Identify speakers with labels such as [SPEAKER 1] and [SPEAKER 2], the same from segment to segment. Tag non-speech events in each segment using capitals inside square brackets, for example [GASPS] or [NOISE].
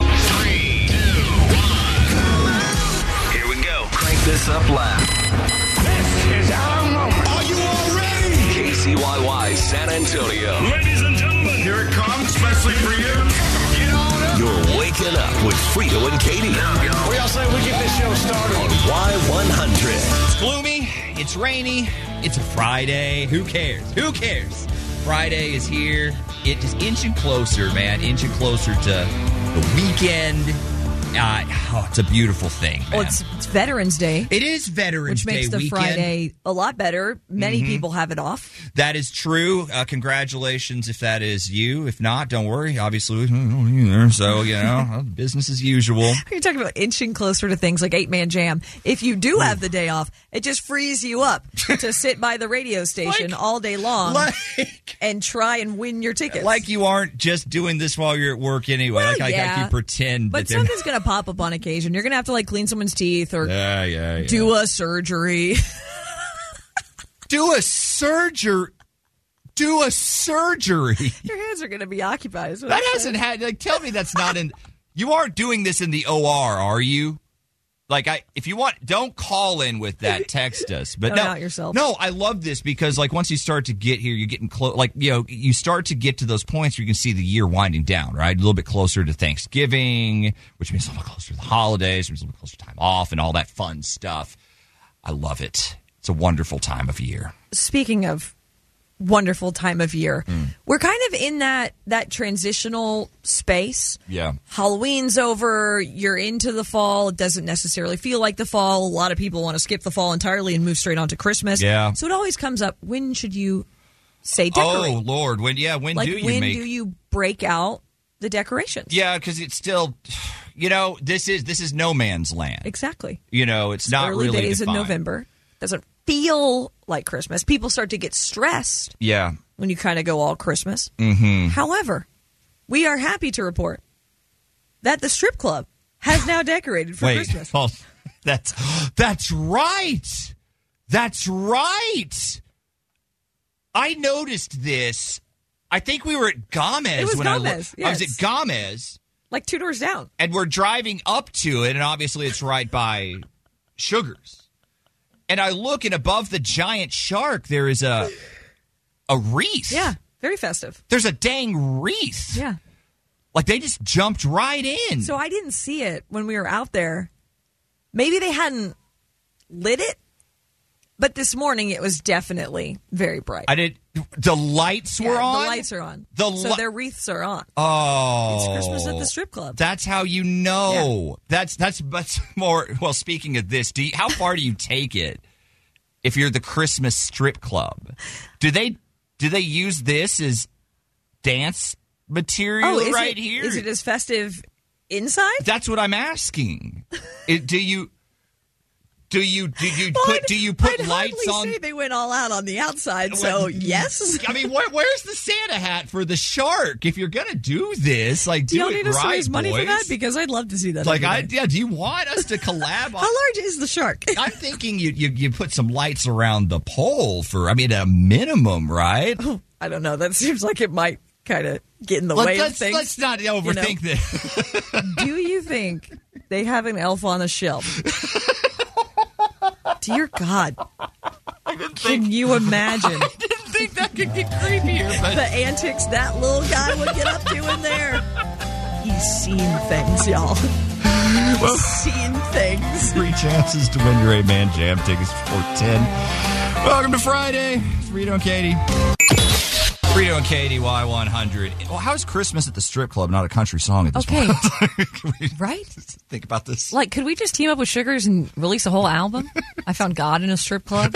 [SPEAKER 1] Three, two, one. Here we go. Crank this up loud. This is our moment. Are you all ready? KCYY San Antonio.
[SPEAKER 2] Ladies and gentlemen, here it comes, especially for you. Get on up.
[SPEAKER 1] You're waking up with Frito and Katie.
[SPEAKER 3] We all say we get this show started.
[SPEAKER 1] On Y100.
[SPEAKER 4] It's gloomy. It's rainy. It's a Friday. Who cares? Who cares? Friday is here. It is inching closer, man. Inching closer to the weekend. Uh, oh, it's a beautiful thing, man.
[SPEAKER 5] Well, Oh, it's, it's Veterans Day,
[SPEAKER 4] It is Veterans
[SPEAKER 5] which makes
[SPEAKER 4] Day
[SPEAKER 5] the
[SPEAKER 4] weekend. Mm-hmm.
[SPEAKER 5] Friday a lot better. Many people have it off.
[SPEAKER 4] That is true. Uh, congratulations if that is you. If not, don't worry. Obviously, we don't either. So,
[SPEAKER 5] [LAUGHS]
[SPEAKER 4] you know, uh, business as usual.
[SPEAKER 5] You're talking about inching closer to things like Eight Man Jam. If you do have the day off, it just frees you up
[SPEAKER 4] [LAUGHS]
[SPEAKER 5] to sit by the radio station all day long
[SPEAKER 4] Like.
[SPEAKER 5] and try and win your tickets.
[SPEAKER 4] Like you aren't just doing this while you're at work anyway. like I, like
[SPEAKER 5] yeah.
[SPEAKER 4] you pretend
[SPEAKER 5] but
[SPEAKER 4] that they're
[SPEAKER 5] something's going to pop up on occasion. You're going to have to like clean someone's teeth or
[SPEAKER 4] [LAUGHS] yeah, yeah, yeah.
[SPEAKER 5] do a surgery. [LAUGHS]
[SPEAKER 4] do a surgery. Do a surgery.
[SPEAKER 5] your hands are going to be occupied. is what
[SPEAKER 4] That
[SPEAKER 5] I'm saying.
[SPEAKER 4] hasn't had. Like, tell me that's [LAUGHS]
[SPEAKER 2] [LAUGHS]
[SPEAKER 4] not in. You aren't doing this in the OR, are you? Like, I if you want, don't call in with that. Text us. But
[SPEAKER 5] Don't
[SPEAKER 4] no,
[SPEAKER 5] out yourself.
[SPEAKER 4] No, I love this because like once you start to get here, you're getting close. Like you know, you start to get to those points where you can see the year winding down. Right, a little bit closer to Thanksgiving, which means a little closer to the holidays, which means a little closer to time off and all that fun stuff. I love it. It's a wonderful time of year.
[SPEAKER 5] speaking of wonderful time of year,
[SPEAKER 4] Hmm.
[SPEAKER 5] we're kind of in that that transitional space.
[SPEAKER 4] Yeah.
[SPEAKER 5] Halloween's over, you're into the fall. It doesn't necessarily feel like the fall. A lot of people want to skip the fall entirely and move straight on to Christmas.
[SPEAKER 4] Yeah.
[SPEAKER 5] So it always comes up when should you say decorate?
[SPEAKER 4] Oh Lord, when yeah, when
[SPEAKER 5] like
[SPEAKER 4] do you
[SPEAKER 5] when
[SPEAKER 4] make
[SPEAKER 5] do you break out the decorations?
[SPEAKER 4] Yeah, because it's still, you know, this is this is no man's land.
[SPEAKER 5] Exactly.
[SPEAKER 4] You know, it's not
[SPEAKER 5] Early
[SPEAKER 4] really
[SPEAKER 5] days in
[SPEAKER 4] defined.
[SPEAKER 5] November. Doesn't feel like Christmas. People start to get stressed
[SPEAKER 4] Yeah,
[SPEAKER 5] when you kind of go all Christmas.
[SPEAKER 4] Mm.
[SPEAKER 5] Mm-hmm. However, we are happy to report that the strip club has now decorated for
[SPEAKER 4] wait,
[SPEAKER 5] Christmas.
[SPEAKER 4] oh, [LAUGHS] that's that's right, that's right. I noticed this. I think we were at Gomez
[SPEAKER 5] It was
[SPEAKER 4] when
[SPEAKER 5] Gomez,
[SPEAKER 4] I, lo- I was
[SPEAKER 5] yes.
[SPEAKER 4] at Gomez,
[SPEAKER 5] Like two doors down.
[SPEAKER 4] and we're driving up to it, and obviously it's right by Sugars. And I look, and above the giant shark, there is a a wreath.
[SPEAKER 5] Yeah, very festive.
[SPEAKER 4] there's a dang wreath.
[SPEAKER 5] Yeah.
[SPEAKER 4] Like they just jumped right in.
[SPEAKER 5] So I didn't see it when we were out there. Maybe they hadn't lit it, but this morning it was definitely very bright.
[SPEAKER 4] I did. The lights
[SPEAKER 5] Yeah,
[SPEAKER 4] were on.
[SPEAKER 5] The lights are on.
[SPEAKER 4] The
[SPEAKER 5] so
[SPEAKER 4] li-
[SPEAKER 5] their wreaths are on.
[SPEAKER 4] Oh,
[SPEAKER 5] It's Christmas at the strip club.
[SPEAKER 4] That's how you know. That's that's that's more. Well, speaking of this, do you, how far do you take it? If you're the Christmas strip club, do they do they use this as dance material
[SPEAKER 5] oh, is it,
[SPEAKER 4] right here?
[SPEAKER 5] Is it as festive inside?
[SPEAKER 4] That's what I'm asking. It- do you do you do you
[SPEAKER 5] Well,
[SPEAKER 4] put
[SPEAKER 5] I'd-
[SPEAKER 4] do you put
[SPEAKER 5] I'd
[SPEAKER 4] lights
[SPEAKER 5] hardly
[SPEAKER 4] on?
[SPEAKER 5] Say they went all out on the outside, so yes.
[SPEAKER 4] [LAUGHS] I mean, where, where's the Santa hat for the shark? If you're gonna do this, like, do,
[SPEAKER 5] Do y'all
[SPEAKER 4] it
[SPEAKER 5] need
[SPEAKER 4] right,
[SPEAKER 5] us to raise money for
[SPEAKER 4] boys.
[SPEAKER 5] that? Because I'd love to see that.
[SPEAKER 4] like, I
[SPEAKER 5] every day.
[SPEAKER 4] yeah. Do you want us to collab?
[SPEAKER 5] How
[SPEAKER 4] on,
[SPEAKER 5] large is the shark?
[SPEAKER 4] [LAUGHS]
[SPEAKER 5] [LAUGHS]
[SPEAKER 4] I'm thinking you, you you put some lights around the pole for. I mean, a minimum, right?
[SPEAKER 5] Oh, I don't know. That seems like it might kind of get in the
[SPEAKER 4] Let,
[SPEAKER 5] way of
[SPEAKER 4] us
[SPEAKER 5] things.
[SPEAKER 4] let's not overthink this.
[SPEAKER 5] [LAUGHS]
[SPEAKER 4] [LAUGHS]
[SPEAKER 5] Do you think they have an elf on the
[SPEAKER 4] [LAUGHS]
[SPEAKER 5] shelf? Dear God, can
[SPEAKER 4] [LAUGHS]
[SPEAKER 5] you imagine
[SPEAKER 4] I think that could get
[SPEAKER 5] [LAUGHS]
[SPEAKER 4] creepier, but
[SPEAKER 5] the antics that little guy would get up to in there? He's seen things,
[SPEAKER 4] [LAUGHS]
[SPEAKER 5] y'all. He's seen things.
[SPEAKER 4] three chances to win your eight man jam tickets for ten. Welcome to Friday. It's Rito and Katie. Rito and Katie, Y100. Well, how's Christmas at the strip club not a country song at this
[SPEAKER 6] Okay,
[SPEAKER 4] point?
[SPEAKER 6] right?
[SPEAKER 4] think about
[SPEAKER 6] [LAUGHS]
[SPEAKER 4] this.
[SPEAKER 6] Like, could we just team up with Sugars and release a whole album? I found God in a strip club.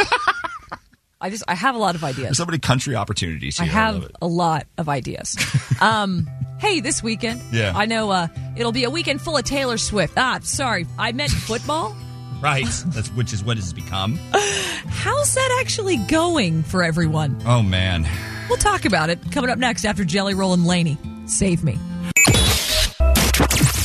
[SPEAKER 6] I just, I have a lot of
[SPEAKER 4] There's [LAUGHS]
[SPEAKER 6] ideas.
[SPEAKER 4] so many country opportunities
[SPEAKER 6] I
[SPEAKER 4] here. I love
[SPEAKER 6] have
[SPEAKER 4] it.
[SPEAKER 6] a lot of ideas. Um, hey, this weekend,
[SPEAKER 4] Yeah.
[SPEAKER 6] I know uh,
[SPEAKER 5] It'll be a weekend full of Taylor Swift. Ah, sorry, I meant football.
[SPEAKER 4] Right. That's which is what it's become.
[SPEAKER 5] How's that actually going for everyone?
[SPEAKER 4] Oh man.
[SPEAKER 5] We'll talk about it coming up next after Jelly Roll and Laney. Save me.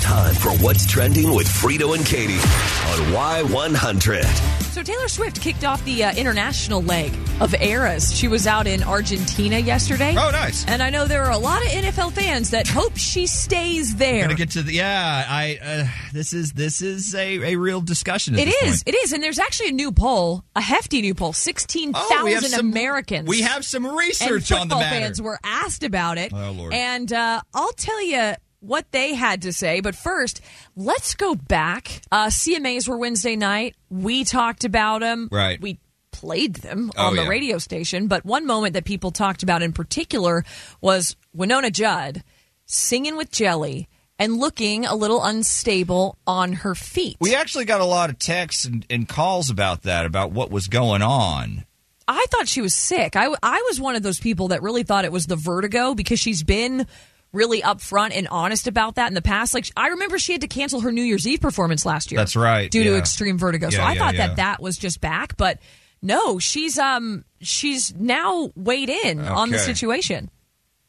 [SPEAKER 1] Time for What's Trending with Frito and Katie on Y100.
[SPEAKER 5] So Taylor Swift kicked off the uh, international leg of Eras. She was out in Argentina yesterday.
[SPEAKER 4] Oh, nice.
[SPEAKER 5] And I know there are a lot of NFL fans that hope she stays there.
[SPEAKER 4] Gonna get to the yeah. I uh, this is this is a, a real discussion. At
[SPEAKER 5] It
[SPEAKER 4] this
[SPEAKER 5] is.
[SPEAKER 4] point.
[SPEAKER 5] It is. And there's actually a new poll, a hefty new poll. 16,000
[SPEAKER 4] Oh, we have some-
[SPEAKER 5] Americans.
[SPEAKER 4] We have some
[SPEAKER 5] and
[SPEAKER 4] research
[SPEAKER 5] football
[SPEAKER 4] on the matter.
[SPEAKER 5] fans were asked about it.
[SPEAKER 4] Oh, Lord.
[SPEAKER 5] And uh, I'll tell you what they had to say. But first, let's go back. Uh, CMAs were Wednesday night. We talked about them.
[SPEAKER 4] Right.
[SPEAKER 5] We played them
[SPEAKER 4] Oh,
[SPEAKER 5] on the
[SPEAKER 4] yeah.
[SPEAKER 5] radio station. But one moment that people talked about in particular was Winona Judd singing with Jelly and looking a little unstable on her feet.
[SPEAKER 4] we actually got a lot of texts and, and calls about that, about what was going on.
[SPEAKER 5] I thought she was sick. I, I was one of those people that really thought it was the vertigo because she's been really upfront and honest about that in the past. Like I remember she had to cancel her New Year's Eve performance last year.
[SPEAKER 4] That's right,
[SPEAKER 5] due to
[SPEAKER 4] yeah.
[SPEAKER 5] extreme vertigo. so
[SPEAKER 4] Yeah,
[SPEAKER 5] I
[SPEAKER 4] yeah,
[SPEAKER 5] thought
[SPEAKER 4] yeah.
[SPEAKER 5] that that was just back, but no, she's um she's now weighed in on the
[SPEAKER 4] Okay.
[SPEAKER 5] situation.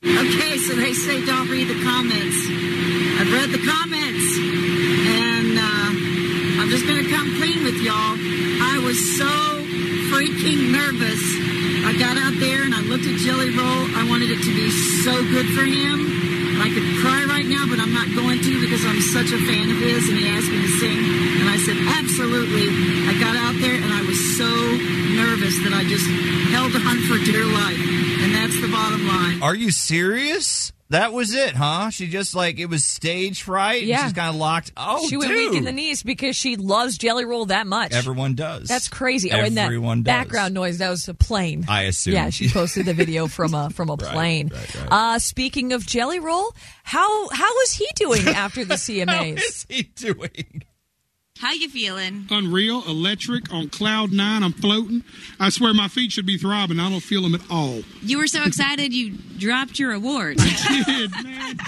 [SPEAKER 7] Okay, so they say don't read the comments. I've read the comments, and uh, I'm just gonna come clean with y'all. I was so freaking nervous. I got out there and I looked at Jelly Roll. I wanted it to be so good for him. And I could cry right now, but I'm not going to because I'm such a fan of his. And he asked me to sing, and I said absolutely. I got out there and I was so nervous that I just held on for dear life, and that's the bottom line.
[SPEAKER 4] Are you serious? That was it, huh? She just like it was stage fright. and
[SPEAKER 5] Yeah.
[SPEAKER 4] she's kind of locked. Oh,
[SPEAKER 5] she went
[SPEAKER 4] dude.
[SPEAKER 5] weak in the knees because she loves jelly roll that much.
[SPEAKER 4] Everyone does.
[SPEAKER 5] That's crazy. oh, and that
[SPEAKER 4] Everyone does.
[SPEAKER 5] background noise, that was a plane.
[SPEAKER 4] I assume.
[SPEAKER 5] Yeah, she posted the video from a from a plane.
[SPEAKER 4] right, right.
[SPEAKER 5] Uh speaking of Jelly Roll, how how is he doing after the
[SPEAKER 4] [LAUGHS] How
[SPEAKER 5] CMAs?
[SPEAKER 4] is he doing?
[SPEAKER 8] How you feeling?
[SPEAKER 2] unreal, electric, on cloud nine. I'm floating. I swear my feet should be throbbing. I don't feel them at all.
[SPEAKER 8] You were so excited you dropped your award.
[SPEAKER 2] Kid, man.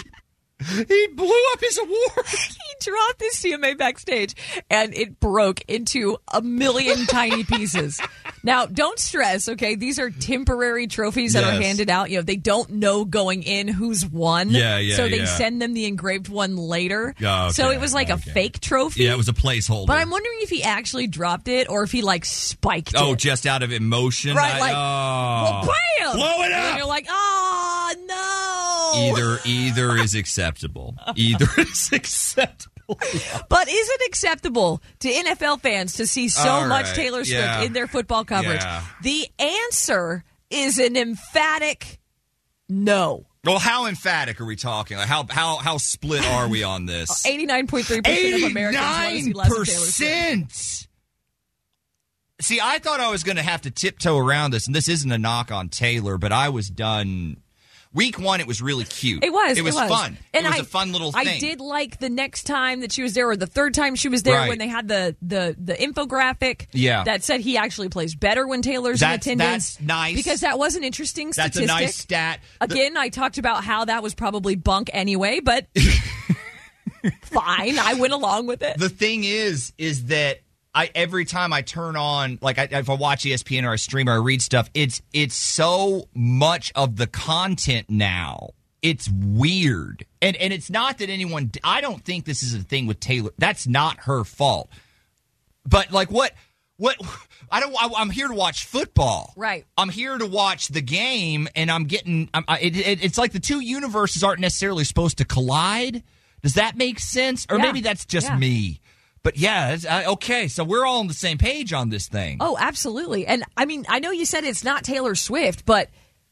[SPEAKER 4] He blew up his award.
[SPEAKER 5] [LAUGHS] he dropped his CMA backstage and it broke into a million tiny pieces. Now, don't stress, okay? These are temporary trophies that are
[SPEAKER 4] Yes.
[SPEAKER 5] handed out. You know, they don't know going in who's won.
[SPEAKER 4] Yeah, yeah,
[SPEAKER 5] So they
[SPEAKER 4] yeah.
[SPEAKER 5] send them the engraved one later.
[SPEAKER 4] Yeah, okay,
[SPEAKER 5] so it was like
[SPEAKER 4] okay.
[SPEAKER 5] a fake trophy.
[SPEAKER 4] [LAUGHS] Yeah, it was a placeholder.
[SPEAKER 5] but I'm wondering if he actually dropped it or if he like spiked
[SPEAKER 4] oh,
[SPEAKER 5] it.
[SPEAKER 4] just out of emotion.
[SPEAKER 5] right?
[SPEAKER 4] I-
[SPEAKER 5] Like,
[SPEAKER 4] oh.
[SPEAKER 5] well, bam!
[SPEAKER 4] Blow it
[SPEAKER 5] And
[SPEAKER 4] up.
[SPEAKER 5] you're like, "Ah." oh Uh, no.
[SPEAKER 4] Either either is acceptable. Either is [LAUGHS] acceptable.
[SPEAKER 5] But is it acceptable to NFL fans to see so
[SPEAKER 4] All
[SPEAKER 5] much
[SPEAKER 4] right,
[SPEAKER 5] Taylor Swift
[SPEAKER 4] yeah.
[SPEAKER 5] in their football coverage?
[SPEAKER 4] Yeah.
[SPEAKER 5] The answer is an emphatic no.
[SPEAKER 4] Well, how emphatic are we talking? Like how how how split are we on this?
[SPEAKER 5] 89.3% of Americans want to see less of Taylor Swift.
[SPEAKER 4] percent. See, I thought I was going to have to tiptoe around this, and this isn't a knock on Taylor, but I was done. Week one, it was really cute.
[SPEAKER 5] It was.
[SPEAKER 4] It was, fun.
[SPEAKER 5] And
[SPEAKER 4] it was
[SPEAKER 5] I-
[SPEAKER 4] a fun little
[SPEAKER 5] I
[SPEAKER 4] thing.
[SPEAKER 5] did like the next time that she was there, or the third time she was there,
[SPEAKER 4] Right.
[SPEAKER 5] when they had the the the infographic.
[SPEAKER 4] Yeah.
[SPEAKER 5] that said he actually plays better when Taylor's
[SPEAKER 4] That's-
[SPEAKER 5] in attendance.
[SPEAKER 4] that's nice.
[SPEAKER 5] because that was an interesting
[SPEAKER 4] That's
[SPEAKER 5] statistic.
[SPEAKER 4] a nice stat. The-
[SPEAKER 5] Again, I talked about how that was probably bunk anyway, but fine. I went along with it.
[SPEAKER 4] the thing is is that I every time I turn on like I, if I watch E ESPN or I stream or I read stuff, it's it's so much of the content now. It's weird, and and it's not that anyone. I don't think this is a thing with Taylor. That's not her fault. But like what what I don't. I, I'm here to watch football.
[SPEAKER 5] Right.
[SPEAKER 4] I'm here to watch the game, and I'm getting. I'm, I, it, it, it's like the two universes aren't necessarily supposed to collide. Does that make sense? Or
[SPEAKER 5] Yeah.
[SPEAKER 4] maybe that's just
[SPEAKER 5] Yeah.
[SPEAKER 4] me. But yeah, it's, uh, okay. So we're all on the same page on this thing.
[SPEAKER 5] oh, absolutely. And I mean, I know you said it's not Taylor Swift, but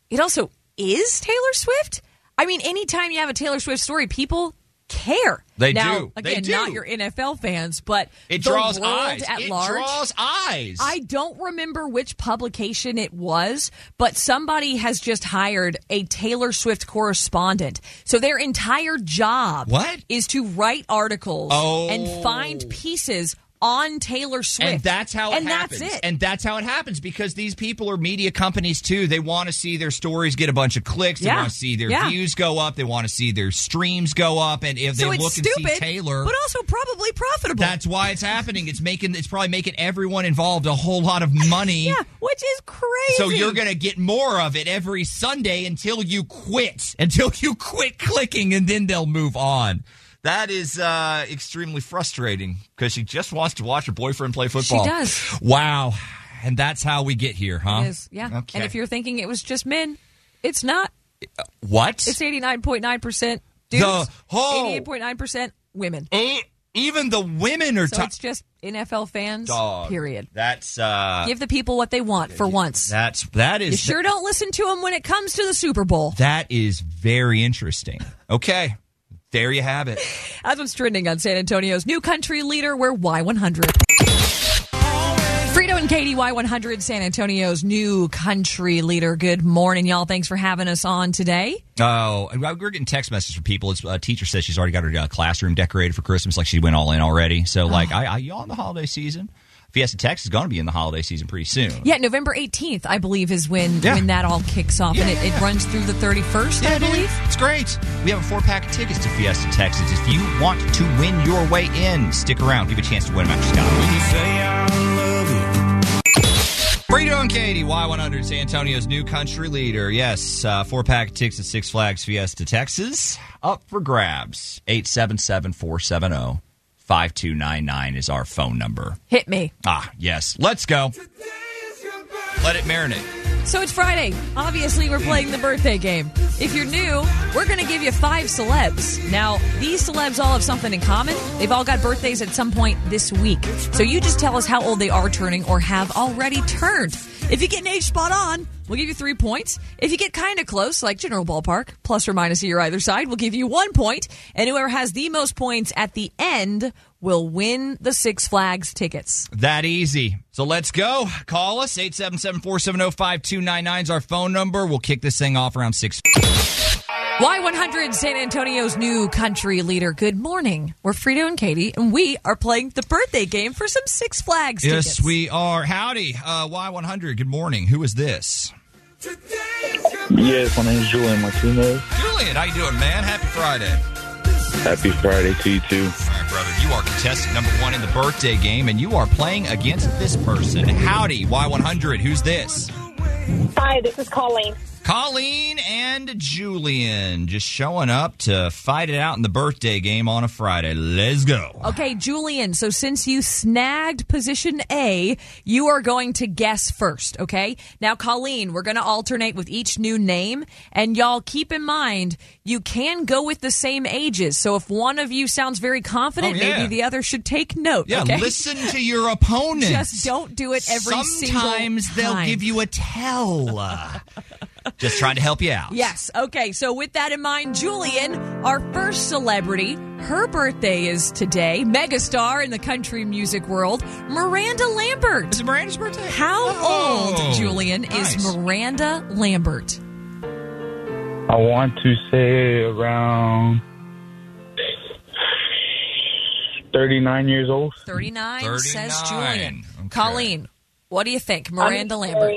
[SPEAKER 5] it also is Taylor Swift. I mean, anytime you have a Taylor Swift story, people care.
[SPEAKER 4] They
[SPEAKER 5] now,
[SPEAKER 4] do. They
[SPEAKER 5] Again,
[SPEAKER 4] do.
[SPEAKER 5] not your NFL fans, but
[SPEAKER 4] it
[SPEAKER 5] the
[SPEAKER 4] draws
[SPEAKER 5] world
[SPEAKER 4] eyes.
[SPEAKER 5] at
[SPEAKER 4] it
[SPEAKER 5] large.
[SPEAKER 4] draws eyes.
[SPEAKER 5] I don't remember which publication it was, but somebody has just hired a Taylor Swift correspondent. So their entire job
[SPEAKER 4] What?
[SPEAKER 5] is to write articles
[SPEAKER 4] Oh.
[SPEAKER 5] and find pieces on Taylor Swift.
[SPEAKER 4] And that's how it
[SPEAKER 5] and
[SPEAKER 4] happens.
[SPEAKER 5] that's it.
[SPEAKER 4] And that's how it happens because these people are media companies too. They want to see their stories get a bunch of clicks. They
[SPEAKER 5] Yeah.
[SPEAKER 4] want to see their
[SPEAKER 5] Yeah.
[SPEAKER 4] views go up. They want to see their streams go up. And if
[SPEAKER 5] so
[SPEAKER 4] they
[SPEAKER 5] it's
[SPEAKER 4] look
[SPEAKER 5] stupid,
[SPEAKER 4] and see Taylor,
[SPEAKER 5] but also probably profitable.
[SPEAKER 4] that's why it's happening. It's making it's probably making everyone involved a whole lot of
[SPEAKER 5] [LAUGHS]
[SPEAKER 4] money. yeah,
[SPEAKER 5] which is crazy.
[SPEAKER 4] So you're gonna get more of it every Sunday until you quit. Until you quit clicking, and then they'll move on. That is uh, extremely frustrating because she just wants to watch her boyfriend play football.
[SPEAKER 5] does.
[SPEAKER 4] Wow. And that's how we get here, huh?
[SPEAKER 5] It is, yeah.
[SPEAKER 4] Uh-huh. Okay.
[SPEAKER 5] And if you're thinking it was just men, it's not.
[SPEAKER 4] what?
[SPEAKER 5] It's 89.9% dudes.
[SPEAKER 4] The- oh.
[SPEAKER 5] 88.9% women.
[SPEAKER 4] Eh, even the women are
[SPEAKER 5] so
[SPEAKER 4] ti-
[SPEAKER 5] it's just NFL fans,
[SPEAKER 4] Dog.
[SPEAKER 5] period.
[SPEAKER 4] That's uh
[SPEAKER 5] Give the people what they want for once.
[SPEAKER 4] that's that is
[SPEAKER 5] You sure don't listen to them when it comes to the Super Bowl.
[SPEAKER 4] that is very interesting. Okay. There you have it.
[SPEAKER 5] That's what's trending on San Antonio's new country leader. We're Y100. Frito and Katie, Y100, San Antonio's new country leader. Good morning, y'all. Thanks for having us on today.
[SPEAKER 4] Oh, and we're getting text messages from people. It's, a teacher says she's already got her uh, classroom decorated for Christmas. Like she went all in already. So like, I, I y'all in the holiday season. Fiesta Tex is going to be in the holiday season pretty soon.
[SPEAKER 5] Yeah, November 18th, I believe, is when,
[SPEAKER 4] Yeah.
[SPEAKER 5] when that all kicks off. and it, it runs through the 31st, I believe.
[SPEAKER 4] It's great. We have a four pack of tickets to Fiesta Texas. If you want to win your way in, stick around. Give a chance to win a match, Scott. Frito and Katie, Y100, San Antonio's new country leader. Yes, uh, four pack of tickets to Six Flags Fiesta Texas up for grabs. 877 470 5299 is our phone number.
[SPEAKER 5] Hit me.
[SPEAKER 4] Ah, yes. Let's go. Let it marinate.
[SPEAKER 5] So it's Friday. Obviously, we're playing the birthday game. If you're new, we're going to give you five celebs. Now, these celebs all have something in common. They've all got birthdays at some point this week. So you just tell us how old they are turning or have already turned. If you get an age spot on, we'll give you three points. If you get kind of close, like general ballpark, plus or minus a year either side, we'll give you one point. And whoever has the most points at the end will win the Six Flags tickets.
[SPEAKER 4] That easy. So let's go. Call us 877 470 5299 is our phone number. We'll kick this thing off around 6.
[SPEAKER 5] Y100 San Antonio's new country leader. Good morning. We're Frito and Katie, and we are playing the birthday game for some Six Flags tickets.
[SPEAKER 4] Yes, we are. Howdy, uh, Y100. Good morning. Who is this?
[SPEAKER 9] Yes, my name is Julian Martinez.
[SPEAKER 4] Julian, how you doing, man? Happy Friday.
[SPEAKER 9] Happy Friday to you too.
[SPEAKER 4] All right, brother. You are contestant number one in the birthday game, and you are playing against this person. Howdy, Y100. Who's this?
[SPEAKER 10] Hi, this is Colleen.
[SPEAKER 4] Colleen and Julian just showing up to fight it out in the birthday game on a Friday. Let's go.
[SPEAKER 5] Okay, Julian, so since you snagged position A, you are going to guess first, okay? Now, Colleen, we're going to alternate with each new name, and y'all keep in mind, you can go with the same ages. So if one of you sounds very confident,
[SPEAKER 4] Oh, yeah.
[SPEAKER 5] maybe the other should take note.
[SPEAKER 4] Yeah,
[SPEAKER 5] okay?
[SPEAKER 4] listen to your
[SPEAKER 5] [LAUGHS]
[SPEAKER 4] opponent.
[SPEAKER 5] Just don't do it every single
[SPEAKER 4] Sometimes they'll
[SPEAKER 5] time.
[SPEAKER 4] give you a tell.
[SPEAKER 5] [LAUGHS]
[SPEAKER 4] Uh, just trying to help you out.
[SPEAKER 5] Yes. Okay. So, with that in mind, Julian, our first celebrity, her birthday is today. Megastar in the country music world, Miranda Lambert. Is
[SPEAKER 4] it Miranda's birthday?
[SPEAKER 5] How
[SPEAKER 9] Oh,
[SPEAKER 5] old, Julian, is Miranda Lambert?
[SPEAKER 9] I want to say around thirty-nine years old.
[SPEAKER 5] 39, says
[SPEAKER 9] 39.
[SPEAKER 5] Julian. Colleen, what do you think? Miranda
[SPEAKER 10] I'm
[SPEAKER 5] Lambert.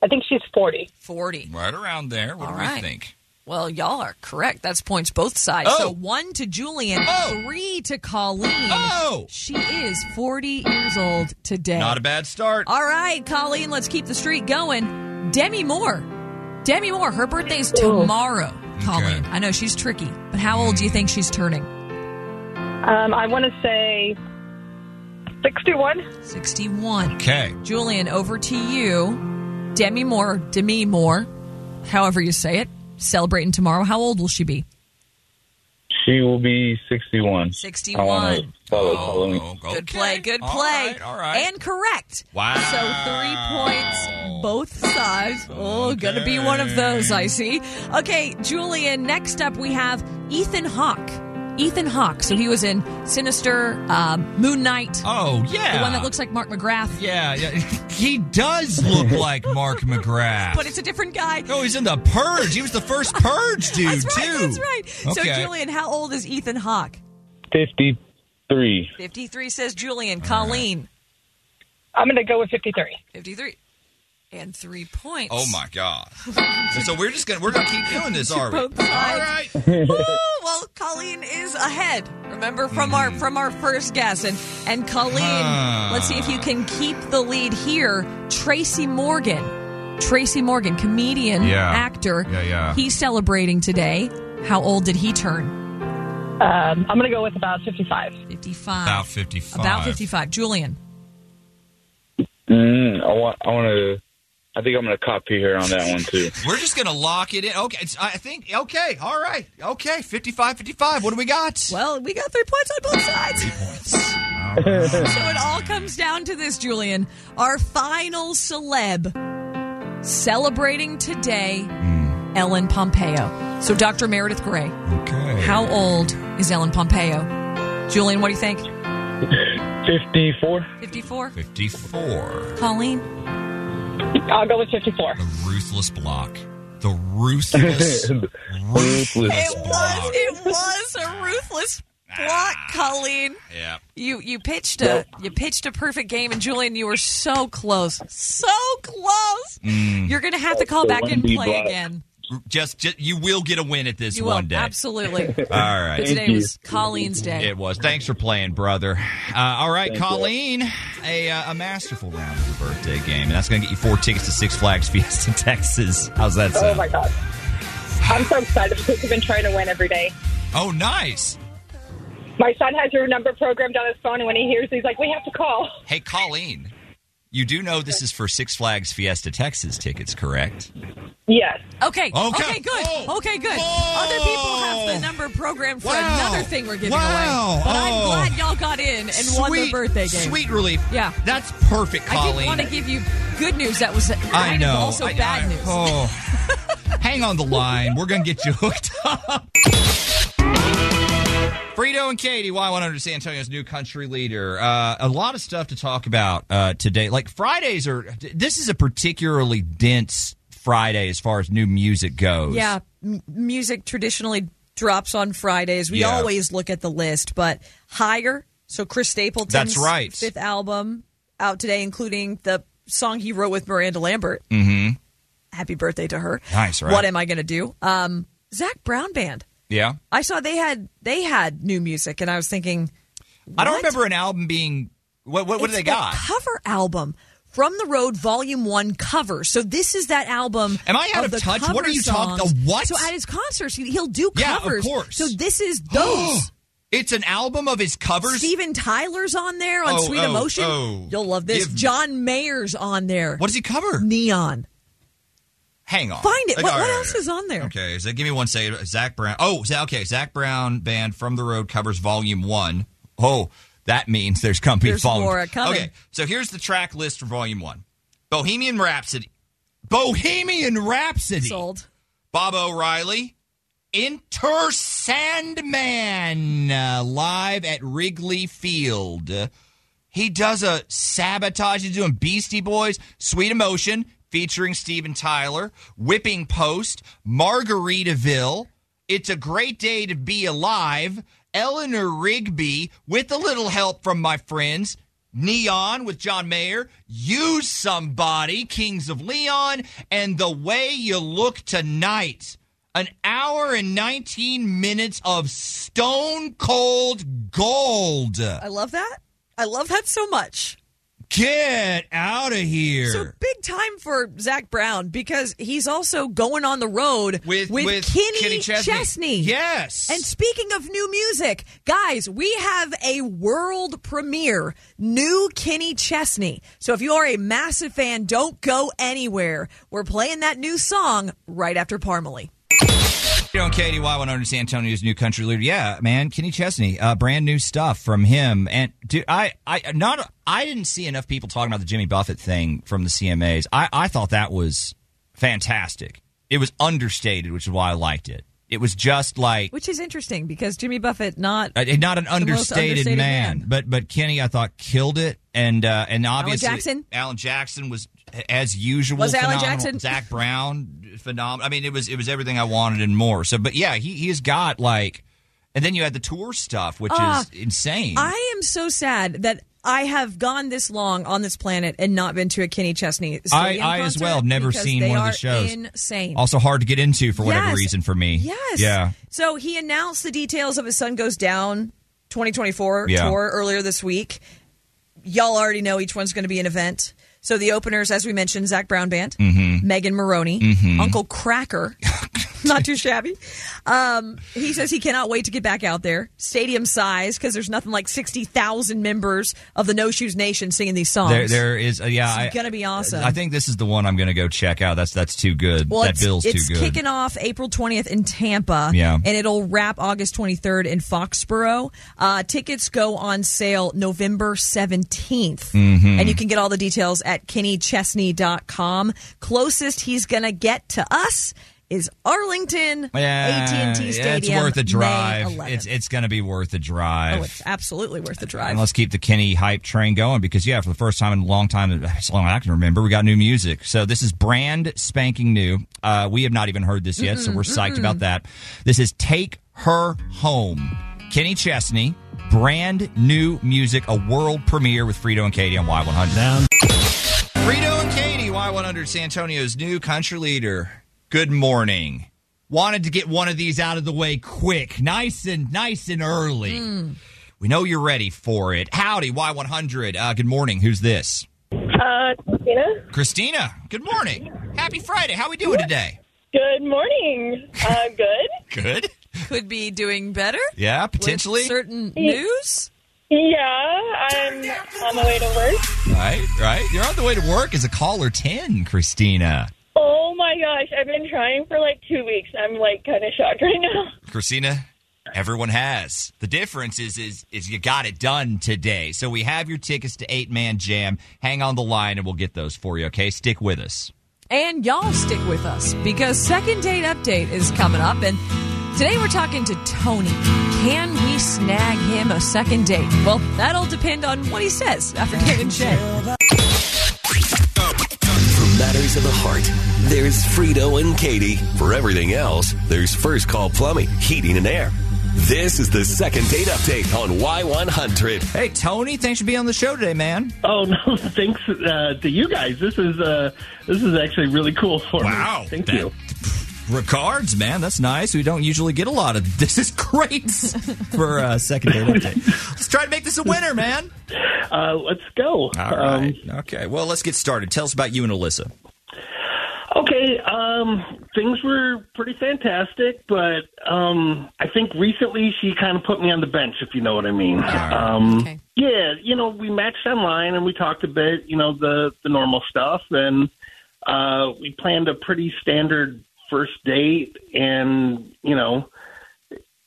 [SPEAKER 10] I think she's 40.
[SPEAKER 5] 40.
[SPEAKER 4] Right around there. What
[SPEAKER 5] All
[SPEAKER 4] do we
[SPEAKER 5] right.
[SPEAKER 4] think?
[SPEAKER 5] Well, y'all are correct. That's points both sides.
[SPEAKER 4] Oh.
[SPEAKER 5] So one to Julian, three to Colleen.
[SPEAKER 4] Oh.
[SPEAKER 5] She is 40 years old today.
[SPEAKER 4] Not a bad start.
[SPEAKER 5] All right, Colleen, let's keep the streak going. Demi Moore. Demi Moore, her birthday's tomorrow, Colleen. I know she's tricky, but how old do you think she's turning?
[SPEAKER 10] Um, I want to say 61.
[SPEAKER 5] 61.
[SPEAKER 4] Oh, Okay.
[SPEAKER 5] Julian, over to you. Demi Moore, Demi Moore, however you say it, celebrating tomorrow. How old will she be?
[SPEAKER 9] She will be sixty-one.
[SPEAKER 5] 61.
[SPEAKER 9] I want to follow Colleen.
[SPEAKER 5] Good play, good play.
[SPEAKER 9] all right.
[SPEAKER 5] And correct.
[SPEAKER 9] Wow.
[SPEAKER 5] So three points both sides. Oh, gonna be one of those, I see. Okay, Julian, next up we have Ethan Hawke. Ethan Hawke. So he was in Sinister, um, Moon Knight.
[SPEAKER 4] Oh, yeah.
[SPEAKER 5] The one that looks like Mark McGrath.
[SPEAKER 4] Yeah, yeah. He does
[SPEAKER 5] [LAUGHS]
[SPEAKER 4] look like Mark McGrath.
[SPEAKER 5] But it's a different guy.
[SPEAKER 4] No, he's in the Purge. He was the first Purge dude,
[SPEAKER 5] That's right,
[SPEAKER 4] too.
[SPEAKER 5] that's right. So
[SPEAKER 4] Okay.
[SPEAKER 5] Julian, how old is Ethan Hawke?
[SPEAKER 9] Fifty. 53.
[SPEAKER 5] 53 says Julian. Colleen.
[SPEAKER 10] I'm going to go with 53.
[SPEAKER 5] 53. And three points.
[SPEAKER 4] Oh my god! so we're just gonna we're gonna keep doing this, are we?
[SPEAKER 5] Both sides. [LAUGHS] Woo! well, Colleen is ahead. Remember from our
[SPEAKER 4] Mm.
[SPEAKER 5] from our first guess, and and Colleen,
[SPEAKER 4] Huh.
[SPEAKER 5] let's see if you can keep the lead here. Tracy Morgan, Tracy Morgan, comedian,
[SPEAKER 4] Yeah.
[SPEAKER 5] actor.
[SPEAKER 4] Yeah, yeah.
[SPEAKER 5] He's celebrating today. How old did he turn?
[SPEAKER 10] Um, I'm going to go with about 55.
[SPEAKER 5] 55.
[SPEAKER 4] About fifty-five.
[SPEAKER 5] About 55. Julian.
[SPEAKER 9] Mm, I want. I want to. I think I'm going to copy her on that one too.
[SPEAKER 4] We're just gonna lock it in. Okay, it's, I think. Okay, all right. Okay, 55, 55. What do we got?
[SPEAKER 5] Well, we got three points on both sides. so it all comes down to this, Julian. Our final celeb celebrating today, Ellen Pompeo. So Dr. Meredith Gray.
[SPEAKER 4] Okay.
[SPEAKER 5] How old is Ellen Pompeo? Julian, what do you think?
[SPEAKER 9] 54.
[SPEAKER 5] 54?
[SPEAKER 4] Fifty-four.
[SPEAKER 5] Colleen?
[SPEAKER 10] [LAUGHS] I'll go with 54.
[SPEAKER 4] Ruthless block. The ruthless, [LAUGHS] ruthless
[SPEAKER 5] It was
[SPEAKER 4] block.
[SPEAKER 5] it was a ruthless block, Colleen.
[SPEAKER 4] Yeah.
[SPEAKER 5] You you pitched a you pitched a perfect game and Julian, you were so close. So close.
[SPEAKER 4] Hmm. Mm.
[SPEAKER 5] You're gonna have to call back and play again.
[SPEAKER 4] Just, just you will get a win at this
[SPEAKER 5] You will,
[SPEAKER 4] one day.
[SPEAKER 5] absolutely.
[SPEAKER 4] [LAUGHS] All right.
[SPEAKER 5] But today was Colleen's day.
[SPEAKER 4] It was. Thanks for playing, brother. Uh, all right,
[SPEAKER 5] Thank you.
[SPEAKER 4] Colleen, a, uh, a masterful round of the birthday game. And that's going to get you four tickets to Six Flags Fiesta, [LAUGHS] Texas. How's that
[SPEAKER 10] Oh,
[SPEAKER 4] sound?
[SPEAKER 10] my God. I'm so excited because I've been trying to win every day.
[SPEAKER 4] Oh, nice.
[SPEAKER 10] My son has your number programmed on his phone, and when he hears, it, he's like, "We have to call." [LAUGHS]
[SPEAKER 4] Hey, Colleen, you do know this is for Six Flags Fiesta, Texas tickets, correct?
[SPEAKER 10] Yes.
[SPEAKER 5] Okay.
[SPEAKER 4] Okay. Oh.
[SPEAKER 5] Okay, good. Okay, good. Other people have the number programmed for
[SPEAKER 4] Wow.
[SPEAKER 5] another thing we're giving
[SPEAKER 4] Wow.
[SPEAKER 5] away. But
[SPEAKER 4] Oh.
[SPEAKER 5] I'm glad y'all got in and won the
[SPEAKER 4] Sweet-
[SPEAKER 5] birthday game.
[SPEAKER 4] Sweet relief.
[SPEAKER 5] Yeah.
[SPEAKER 4] That's perfect,
[SPEAKER 5] I
[SPEAKER 4] Colleen.
[SPEAKER 5] didn't want to give you good news. That was kind
[SPEAKER 4] I know.
[SPEAKER 5] of also
[SPEAKER 4] I-
[SPEAKER 5] bad
[SPEAKER 4] I-
[SPEAKER 5] news. [LAUGHS]
[SPEAKER 4] Oh. Hang on the line. We're going to get you hooked up. Frito and Katie, Y100 San Antonio's new country leader. Uh, a lot of stuff to talk about uh, today. Like Fridays are, this is a particularly dense Friday as far as new music
[SPEAKER 5] [LAUGHS]
[SPEAKER 4] goes.
[SPEAKER 5] Yeah, m- music traditionally drops on Fridays. We
[SPEAKER 4] Yeah.
[SPEAKER 5] always look at the list, but higher. So Chris Stapleton's
[SPEAKER 4] That's right.
[SPEAKER 5] fifth album out today, including the song he wrote with Miranda Lambert.
[SPEAKER 4] Mm hmm.
[SPEAKER 5] Happy birthday to her.
[SPEAKER 4] Nice, right?
[SPEAKER 5] What am I going to do? Um, Zach Brown Band.
[SPEAKER 4] Yeah.
[SPEAKER 5] I saw they had they had new music, and I was thinking,
[SPEAKER 4] I don't
[SPEAKER 5] What?
[SPEAKER 4] remember an album being, what, what, what do
[SPEAKER 5] It's
[SPEAKER 4] they
[SPEAKER 5] the
[SPEAKER 4] got?
[SPEAKER 5] cover album. From the Road Volume 1 cover. So this is that album.
[SPEAKER 4] Am I out of
[SPEAKER 5] the
[SPEAKER 4] touch?
[SPEAKER 5] cover
[SPEAKER 4] What are you talking-
[SPEAKER 5] songs.
[SPEAKER 4] the what?
[SPEAKER 5] So at his concerts, he- he'll do
[SPEAKER 4] Yeah, of
[SPEAKER 5] covers.
[SPEAKER 4] course.
[SPEAKER 5] So this
[SPEAKER 4] [GASPS]
[SPEAKER 5] is those.
[SPEAKER 4] it's an album of his covers?
[SPEAKER 5] Steven Tyler's on there on
[SPEAKER 4] Oh,
[SPEAKER 5] Sweet
[SPEAKER 4] oh,
[SPEAKER 5] Emotion.
[SPEAKER 4] oh.
[SPEAKER 5] You'll love this.
[SPEAKER 4] Give-
[SPEAKER 5] John Mayer's on there.
[SPEAKER 4] What does he cover?
[SPEAKER 5] Neon.
[SPEAKER 4] Hang on.
[SPEAKER 5] Find it.
[SPEAKER 4] Okay,
[SPEAKER 5] what
[SPEAKER 4] all
[SPEAKER 5] what
[SPEAKER 4] right,
[SPEAKER 5] else is on there?
[SPEAKER 4] Okay, so give me one second. Zach Brown. Oh, Za- okay. Zach Brown band From the Road covers Volume One. Oh, that means there's company
[SPEAKER 5] There's
[SPEAKER 4] following.
[SPEAKER 5] more coming.
[SPEAKER 4] Okay, so here's the track list for Volume One: Bohemian Rhapsody, Bohemian Rhapsody,
[SPEAKER 5] sold.
[SPEAKER 4] Bob O'Reilly, Inter Sandman, uh, live at Wrigley Field. Uh, He does a sabotage. He's doing Beastie Boys, Sweet Emotion, featuring Steven Tyler, Whipping Post, Margaritaville. It's a great day to be alive. Eleanor Rigby, with a little help from my friends. Neon with John Mayer, Use Somebody, Kings of Leon, and The Way You Look Tonight. An hour and 19 minutes of stone cold gold.
[SPEAKER 5] I love that. I love that so much.
[SPEAKER 4] Get out of here.
[SPEAKER 5] So big time for Zach Brown because he's also going on the road with,
[SPEAKER 4] with
[SPEAKER 5] Kenny,
[SPEAKER 4] Kenny Chesney. Yes.
[SPEAKER 5] And speaking of new music, guys, we have a world premiere, new Kenny Chesney. So if you are a massive fan, don't go anywhere. We're playing that new song right after Parmalee.
[SPEAKER 4] You know, Katie Y100 San Antonio's new country leader. Yeah, man, Kenny Chesney, uh, brand new stuff from him. And dude, I, I not, I didn't see enough people talking about the Jimmy Buffett thing from the CMAs. I, I thought that was fantastic. It was understated, which is why I liked it. It was just like
[SPEAKER 5] Which is interesting because Jimmy Buffett not
[SPEAKER 4] uh, not an
[SPEAKER 5] The most
[SPEAKER 4] understated,
[SPEAKER 5] understated
[SPEAKER 4] man, but but Kenny, I thought killed it, and uh, and obviously
[SPEAKER 5] Jackson?
[SPEAKER 4] Alan Jackson was as usual.
[SPEAKER 5] Was Alan
[SPEAKER 4] phenomenal.
[SPEAKER 5] Jackson-
[SPEAKER 4] Zach Brown phenomenal? I mean, it was it was everything I wanted and more. So, but yeah, he he's got like. And then you had the tour stuff, which
[SPEAKER 11] Ah,
[SPEAKER 4] is insane.
[SPEAKER 11] I am so sad that I have gone this long on this planet and not been to a Kenny Chesney.
[SPEAKER 4] I,
[SPEAKER 11] stadium
[SPEAKER 4] I as
[SPEAKER 11] concert
[SPEAKER 4] well have never
[SPEAKER 11] because
[SPEAKER 4] seen
[SPEAKER 11] they
[SPEAKER 4] one of
[SPEAKER 11] are
[SPEAKER 4] the shows.
[SPEAKER 11] Insane.
[SPEAKER 4] Also hard to get into for whatever
[SPEAKER 11] Yes.
[SPEAKER 4] reason for me.
[SPEAKER 11] Yes.
[SPEAKER 4] Yeah.
[SPEAKER 11] So he announced the details of his son goes down 2024
[SPEAKER 4] Yeah.
[SPEAKER 11] tour earlier this week. Y'all already know each one's going to be an event. So the openers, as we mentioned, Zach Brown Band,
[SPEAKER 4] Mm-hmm.
[SPEAKER 12] Mhm.
[SPEAKER 11] Megan Maroney,
[SPEAKER 12] Mhm.
[SPEAKER 11] Uncle
[SPEAKER 4] [LAUGHS]
[SPEAKER 11] Cracker, not too shabby. Um, he says he cannot wait to get back out there. Stadium size because there's nothing like sixty thousand members of the No Shoes Nation singing these songs.
[SPEAKER 4] There, there is. Uh, yeah, I-
[SPEAKER 11] it's going to be awesome.
[SPEAKER 4] I think this is the one I'm going to go check out. That's that's too good.
[SPEAKER 11] Well,
[SPEAKER 4] that
[SPEAKER 11] it's,
[SPEAKER 4] bill's
[SPEAKER 11] it's
[SPEAKER 4] too good.
[SPEAKER 11] kicking off April 20th in Tampa.
[SPEAKER 4] Yeah.
[SPEAKER 11] And it'll wrap August 23rd in Foxborough. Uh, tickets go on sale November 17th.
[SPEAKER 4] Mm-hmm.
[SPEAKER 12] Mhm.
[SPEAKER 11] And you can get all the details at kennychesney.com. Closest he's going to get to us is Arlington,
[SPEAKER 4] yeah,
[SPEAKER 11] AT&T
[SPEAKER 4] yeah,
[SPEAKER 11] Stadium.
[SPEAKER 4] it's worth a
[SPEAKER 11] May
[SPEAKER 4] drive.
[SPEAKER 11] 11th.
[SPEAKER 4] It's it's going to be worth a
[SPEAKER 11] Oh,
[SPEAKER 4] drive. Uh,
[SPEAKER 11] it's absolutely worth the drive.
[SPEAKER 4] and let's keep the Kenny hype train going because yeah, for the first time in a long time, [LAUGHS] as long as I can remember, we got new music. So this is brand spanking new. Uh, we have not even heard this yet, so we're psyched
[SPEAKER 13] Mm-mm,
[SPEAKER 4] about that. This is "Take Her Home," Kenny Chesney, brand new music, a world premiere with Frito and Katie on Y one hundred. Frito and Katie, Y100, San Antonio's new country leader. Good morning. Wanted to get one of these out of the way quick, nice and nice and early.
[SPEAKER 13] Mm.
[SPEAKER 4] We know you're ready for it. Howdy, Y100. Uh, good morning. Who's this?
[SPEAKER 14] Uh, Christina?
[SPEAKER 4] Christina. Good morning. Happy Friday. How we doing today?
[SPEAKER 14] Good morning. Uh,
[SPEAKER 5] [LAUGHS]
[SPEAKER 14] good.
[SPEAKER 4] Good.
[SPEAKER 11] Could be doing better.
[SPEAKER 4] Yeah, potentially.
[SPEAKER 11] certain news?
[SPEAKER 14] Yeah, I'm on the way to work.
[SPEAKER 4] Right, right. You're on the way to work as a caller 10, Christina.
[SPEAKER 14] Oh my gosh, I've been trying for like two weeks. I'm like kind of
[SPEAKER 10] [LAUGHS]
[SPEAKER 14] shocked right now.
[SPEAKER 4] Christina, everyone has. The difference is is is you got it done today. So we have your tickets to Eight Man Jam. Hang on the line and we'll get those for you, okay? Stick with us.
[SPEAKER 5] And y'all stick with us because second date update is coming up. And today we're talking to Tony. Can we snag him a second date? Well, that'll depend on what he says after Kevin and Shay.
[SPEAKER 1] For matters of the heart, there's Frito and Katie. For everything else, there's First Call Plumbing, Heating and Air. This is the second date update on Y100.
[SPEAKER 4] Hey, Tony, thanks for being on the show today, man.
[SPEAKER 15] Oh [LAUGHS] no, thanks uh, to you guys. This is uh, this is actually really cool for me.
[SPEAKER 4] Wow.
[SPEAKER 15] thank
[SPEAKER 4] That-
[SPEAKER 15] you.
[SPEAKER 4] Regards, man. That's nice. We don't usually get a lot of [LAUGHS] this. Is great for uh, second date update.
[SPEAKER 15] [LAUGHS]
[SPEAKER 4] Let's try to make this a
[SPEAKER 16] [LAUGHS]
[SPEAKER 4] winner, man.
[SPEAKER 15] Uh, let's go. Um,
[SPEAKER 4] All right. okay. Well, let's get started. Tell us about you and Alyssa.
[SPEAKER 15] Okay, um, things were pretty fantastic, but um, I think recently she kind of put me on the bench, if you know what I mean. Um, Yeah, you know, we matched online and we talked a bit, you know, the the normal stuff, and uh, we planned a pretty standard first date, and you know,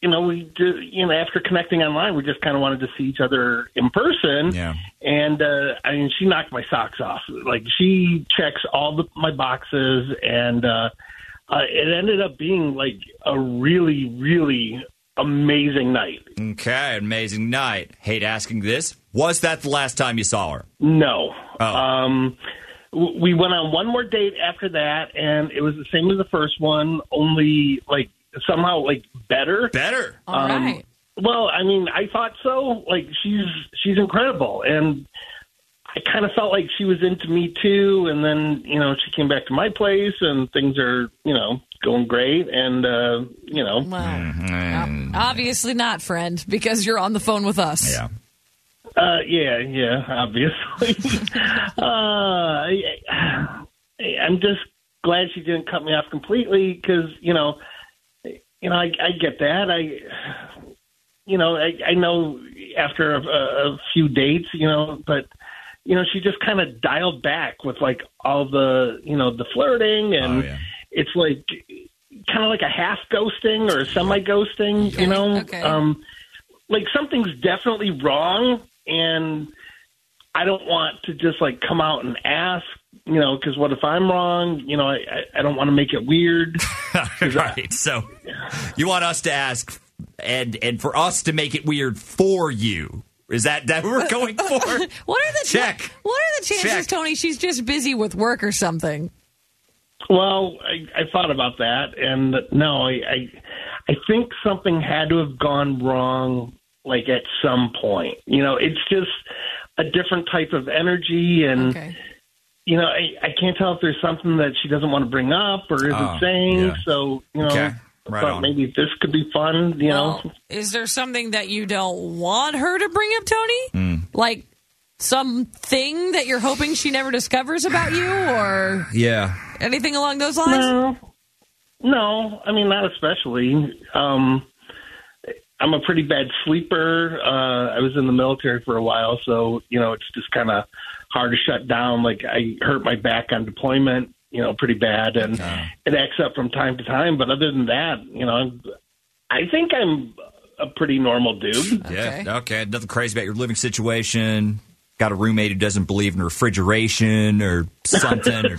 [SPEAKER 15] you know, we just, you know, after connecting online, we just kind of wanted to see each other in person.
[SPEAKER 4] Yeah.
[SPEAKER 15] And uh, I mean, she knocked my socks off. Like she checks all the, my boxes, and uh, uh, it ended up being like a really, really amazing night.
[SPEAKER 4] Okay, amazing night. Hate asking this. Was that the last time you saw her? Oh.
[SPEAKER 15] No. Um, w- we went on one more date after that, and it was the same as the first one, only like somehow like better.
[SPEAKER 4] Better.
[SPEAKER 15] All right. Well, I mean, I thought so. Like she's she's incredible, and I kind of felt like she was into me too. And then you know she came back to my place, and things are you know going great, and uh, you know.
[SPEAKER 5] Obviously not, friend, because you're on the phone with us. Yeah.
[SPEAKER 15] Uh, yeah, yeah, obviously. [LAUGHS] uh, I, I- I'm just glad she didn't cut me off completely because you know, you know, I, I get that. I, you know, I, I know after a, a few dates, you know, but you know, she just kind of dialed back with like all the you know the flirting
[SPEAKER 4] Oh,
[SPEAKER 15] and it's like kind of like a half ghosting or semi ghosting, you know.
[SPEAKER 17] okay.
[SPEAKER 15] Um, like something's definitely wrong and i don't want to just like come out and ask you know because what if i'm wrong you know i I- i don't want to make it
[SPEAKER 4] [LAUGHS]
[SPEAKER 15] weird
[SPEAKER 4] right. So you want us to ask and and for us to make it weird for you. Is that that what we're [LAUGHS] going for? what are
[SPEAKER 5] the
[SPEAKER 4] check?
[SPEAKER 5] What are the chances, Tony, she's just busy with work or something?
[SPEAKER 15] well i i thought about that and no i i I think something had to have gone wrong, like at some point. You know, it's just a different type of energy, and you know, I, I can't tell if there's something that she doesn't want to bring up or isn't
[SPEAKER 4] Oh,
[SPEAKER 15] saying.
[SPEAKER 4] yeah.
[SPEAKER 15] So you know,
[SPEAKER 4] Okay,
[SPEAKER 15] I
[SPEAKER 4] right
[SPEAKER 15] thought
[SPEAKER 4] on.
[SPEAKER 15] maybe this could be fun. You know,
[SPEAKER 5] Is there something that you don't want her to bring up, Tony? Like something that you're hoping she never discovers about you or
[SPEAKER 4] Yeah.
[SPEAKER 5] anything along those lines?
[SPEAKER 15] No, I mean not especially. Um, I'm a pretty bad sleeper. Uh, I was in the military for a while, so you know it's just kind of hard to shut down. Like I hurt my back on deployment, you know, pretty bad, and it acts up from time to time. But other than that, you know, I'm, I think I'm a pretty normal dude. [LAUGHS]
[SPEAKER 4] Yeah. Okay. Nothing crazy about your living situation. Got a roommate who doesn't believe in refrigeration or something. or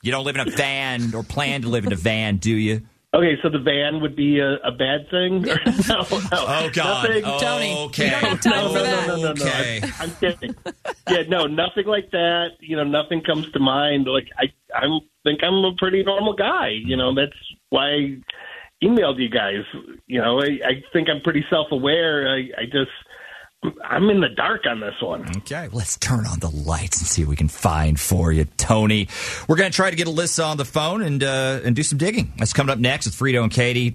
[SPEAKER 4] you don't live in a van or plan to live in a van, do you?
[SPEAKER 15] Okay, so the van would be a, a bad thing? no, [LAUGHS] no.
[SPEAKER 4] Oh, God.
[SPEAKER 15] Nothing.
[SPEAKER 4] Tony, we Okay. don't have
[SPEAKER 15] no,
[SPEAKER 4] time for
[SPEAKER 15] no,
[SPEAKER 4] that.
[SPEAKER 15] No, no, no, no.
[SPEAKER 4] Okay.
[SPEAKER 15] I'm, I'm kidding. yeah, no, nothing like that. You know, nothing comes to mind. Like, I, I think I'm a pretty normal guy. You know, that's why I emailed you guys. You know, I, I think I'm pretty self aware. I, I just, I'm in the dark on this one.
[SPEAKER 4] Okay. Let's turn on the lights and see what we can find for you, Tony. We're going to try to get Alyssa on the phone and uh, and do some digging. That's coming up next with Frito and Katie.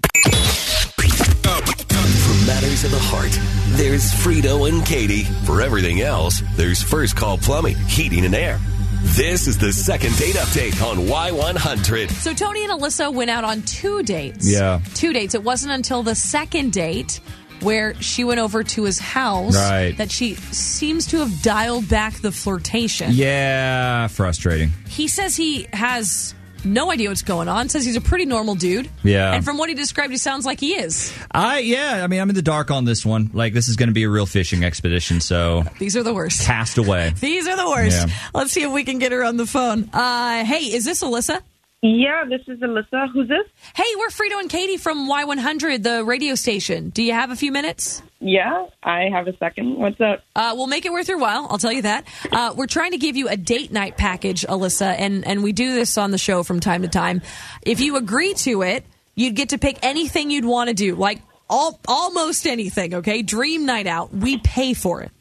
[SPEAKER 1] For matters of the heart, there's Frito and Katie. For everything else, there's First Call Plumbing, Heating and Air. This is the second date update on Y100.
[SPEAKER 5] So Tony and Alyssa went out on two dates.
[SPEAKER 1] Yeah.
[SPEAKER 5] Two dates. It wasn't until the second date where she went over to his house
[SPEAKER 4] Right.
[SPEAKER 5] that she seems to have dialed back the flirtation.
[SPEAKER 4] Yeah. Frustrating.
[SPEAKER 5] He says he has no idea what's going on, says he's a pretty normal dude.
[SPEAKER 4] Yeah.
[SPEAKER 5] And from what he described, he sounds like he is.
[SPEAKER 4] I yeah. I mean, I'm in the dark on this one. Like, this is going to be a real fishing expedition. So
[SPEAKER 5] These are the worst.
[SPEAKER 4] cast away.
[SPEAKER 5] These are the worst.
[SPEAKER 4] Yeah.
[SPEAKER 5] Let's see if we can get her on the phone. Uh, hey, is this Alyssa?
[SPEAKER 12] Yeah, this is Alyssa. Who's this?
[SPEAKER 5] Hey, we're Frito and Katie from Y100, the radio station. Do you have a few minutes?
[SPEAKER 12] Yeah, I have a second. What's up?
[SPEAKER 5] Uh, we'll make it worth your while. I'll tell you that. Uh, we're trying to give you a date night package, Alyssa, and, and we do this on the show from time to time. If you agree to it, you'd get to pick anything you'd want to do, like all, almost anything, okay? Dream night out. We pay for it.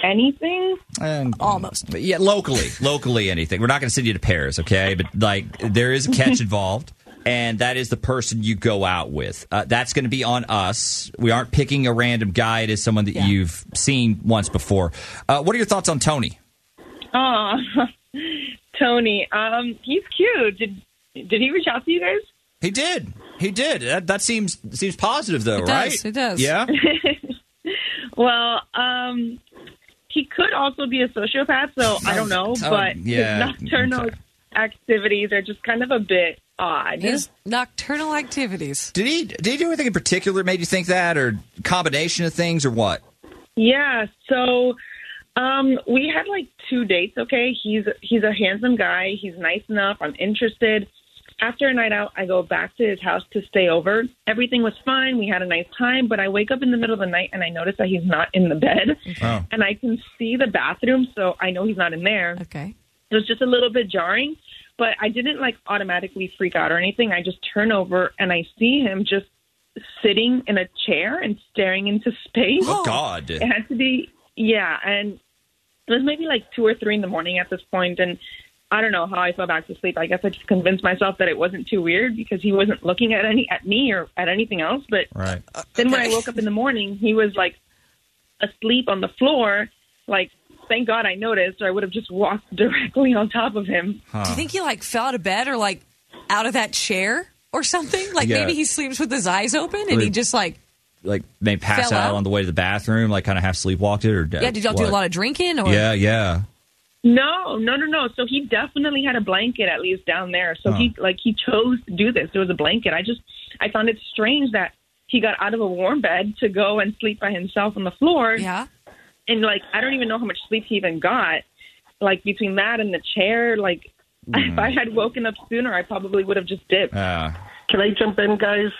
[SPEAKER 12] Anything?
[SPEAKER 4] And
[SPEAKER 5] almost.
[SPEAKER 4] Yeah, locally, locally, anything. We're not going to send you to Paris, okay? But like, there is
[SPEAKER 5] [LAUGHS]
[SPEAKER 4] a catch involved, and that is the person you go out with. Uh, that's going to be on us. We aren't picking a random guy. It is someone that you've seen once before. Uh, what are your thoughts on Tony?
[SPEAKER 12] Oh, [LAUGHS] Tony. Um, he's cute. Did did he reach out to you guys?
[SPEAKER 4] He did. He did. That, that seems seems positive, though,
[SPEAKER 12] It does,
[SPEAKER 4] right?
[SPEAKER 12] it does. [LAUGHS]
[SPEAKER 5] [LAUGHS]
[SPEAKER 4] Yeah.
[SPEAKER 12] Well, um, he could also be a sociopath, so I don't know.
[SPEAKER 4] Oh,
[SPEAKER 12] but
[SPEAKER 4] yeah,
[SPEAKER 12] his nocturnal activities are just kind of a bit odd.
[SPEAKER 5] His nocturnal activities.
[SPEAKER 4] Did he did he do anything in particular that made you think that, or combination of things, or what?
[SPEAKER 12] Yeah. So um, we had like two dates. Okay, he's he's a handsome guy. He's nice enough. I'm interested. After a night out, I go back to his house to stay over. Everything was fine. We had a nice time, but I wake up in the middle of the night and I notice that he's not in the bed.
[SPEAKER 13] Oh.
[SPEAKER 12] And I can see the bathroom, so I know he's not in there.
[SPEAKER 5] Okay.
[SPEAKER 12] It was just a little bit jarring, but I didn't like automatically freak out or anything. I just turn over and I see him just sitting in a chair and staring into space.
[SPEAKER 4] Oh, God.
[SPEAKER 12] It had to be yeah, and it was maybe like two or three in the morning at this point, and I don't know how I fell back to sleep. I guess I just convinced myself that it wasn't too weird because he wasn't looking at any at me or at anything else. But
[SPEAKER 4] Right.
[SPEAKER 12] then when I woke up in the morning, he was like asleep on the floor. Like, thank God I noticed, or I would have just walked [LAUGHS] directly on top of him.
[SPEAKER 5] Do you think he like fell out of bed or like out of that chair or something? Like
[SPEAKER 4] Yeah.
[SPEAKER 5] maybe he sleeps with his eyes open and he
[SPEAKER 4] Really?
[SPEAKER 5] just like
[SPEAKER 4] Like they pass
[SPEAKER 5] Fell
[SPEAKER 4] out
[SPEAKER 5] out?
[SPEAKER 4] on the way to the bathroom, like kind of half sleepwalked it, or
[SPEAKER 5] yeah. Did y'all do a
[SPEAKER 4] what?
[SPEAKER 5] lot of drinking or
[SPEAKER 4] Yeah, yeah.
[SPEAKER 12] No, no, no, no. So he definitely had a blanket at least down there. So
[SPEAKER 4] Huh.
[SPEAKER 12] he like he chose to do this. There was a blanket. I just I found it strange that he got out of a warm bed to go and sleep by himself on the floor.
[SPEAKER 5] Yeah.
[SPEAKER 12] And like I don't even know how much sleep he even got. Like between that and the chair, like [LAUGHS] if I had woken up sooner, I probably would have just dipped.
[SPEAKER 4] Uh,
[SPEAKER 15] Can I jump in, guys?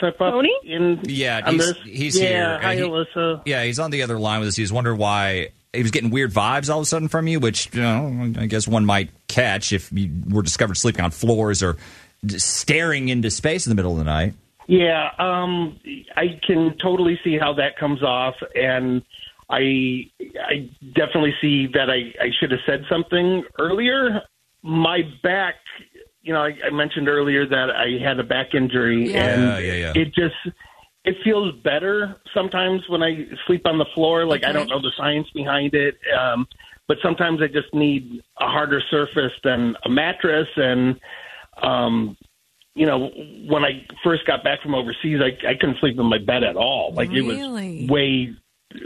[SPEAKER 15] Type up
[SPEAKER 12] Tony?
[SPEAKER 15] In
[SPEAKER 4] Yeah,
[SPEAKER 15] on
[SPEAKER 4] he's,
[SPEAKER 15] this?
[SPEAKER 4] he's
[SPEAKER 15] yeah,
[SPEAKER 4] here.
[SPEAKER 15] Hi,
[SPEAKER 4] and he-
[SPEAKER 15] Alyssa.
[SPEAKER 4] yeah, he's on the other line with us. He was wondering why he was getting weird vibes all of a sudden from you, which you know, I guess one might catch if you were discovered sleeping on floors or d- staring into space in the middle of the night.
[SPEAKER 15] Yeah, um, I can totally see how that comes off, and I I definitely see that I, I should have said something earlier. My back, you know, I, I mentioned earlier that I had a back injury,
[SPEAKER 4] Yeah.
[SPEAKER 15] and
[SPEAKER 4] Yeah, yeah, yeah.
[SPEAKER 15] it just it feels better sometimes when I sleep on the floor. Like I don't know the science behind it, um, but sometimes I just need a harder surface than a mattress, and um, you know, when I first got back from overseas, I, I couldn't sleep in my bed at all. Like
[SPEAKER 5] Really?
[SPEAKER 15] it was way,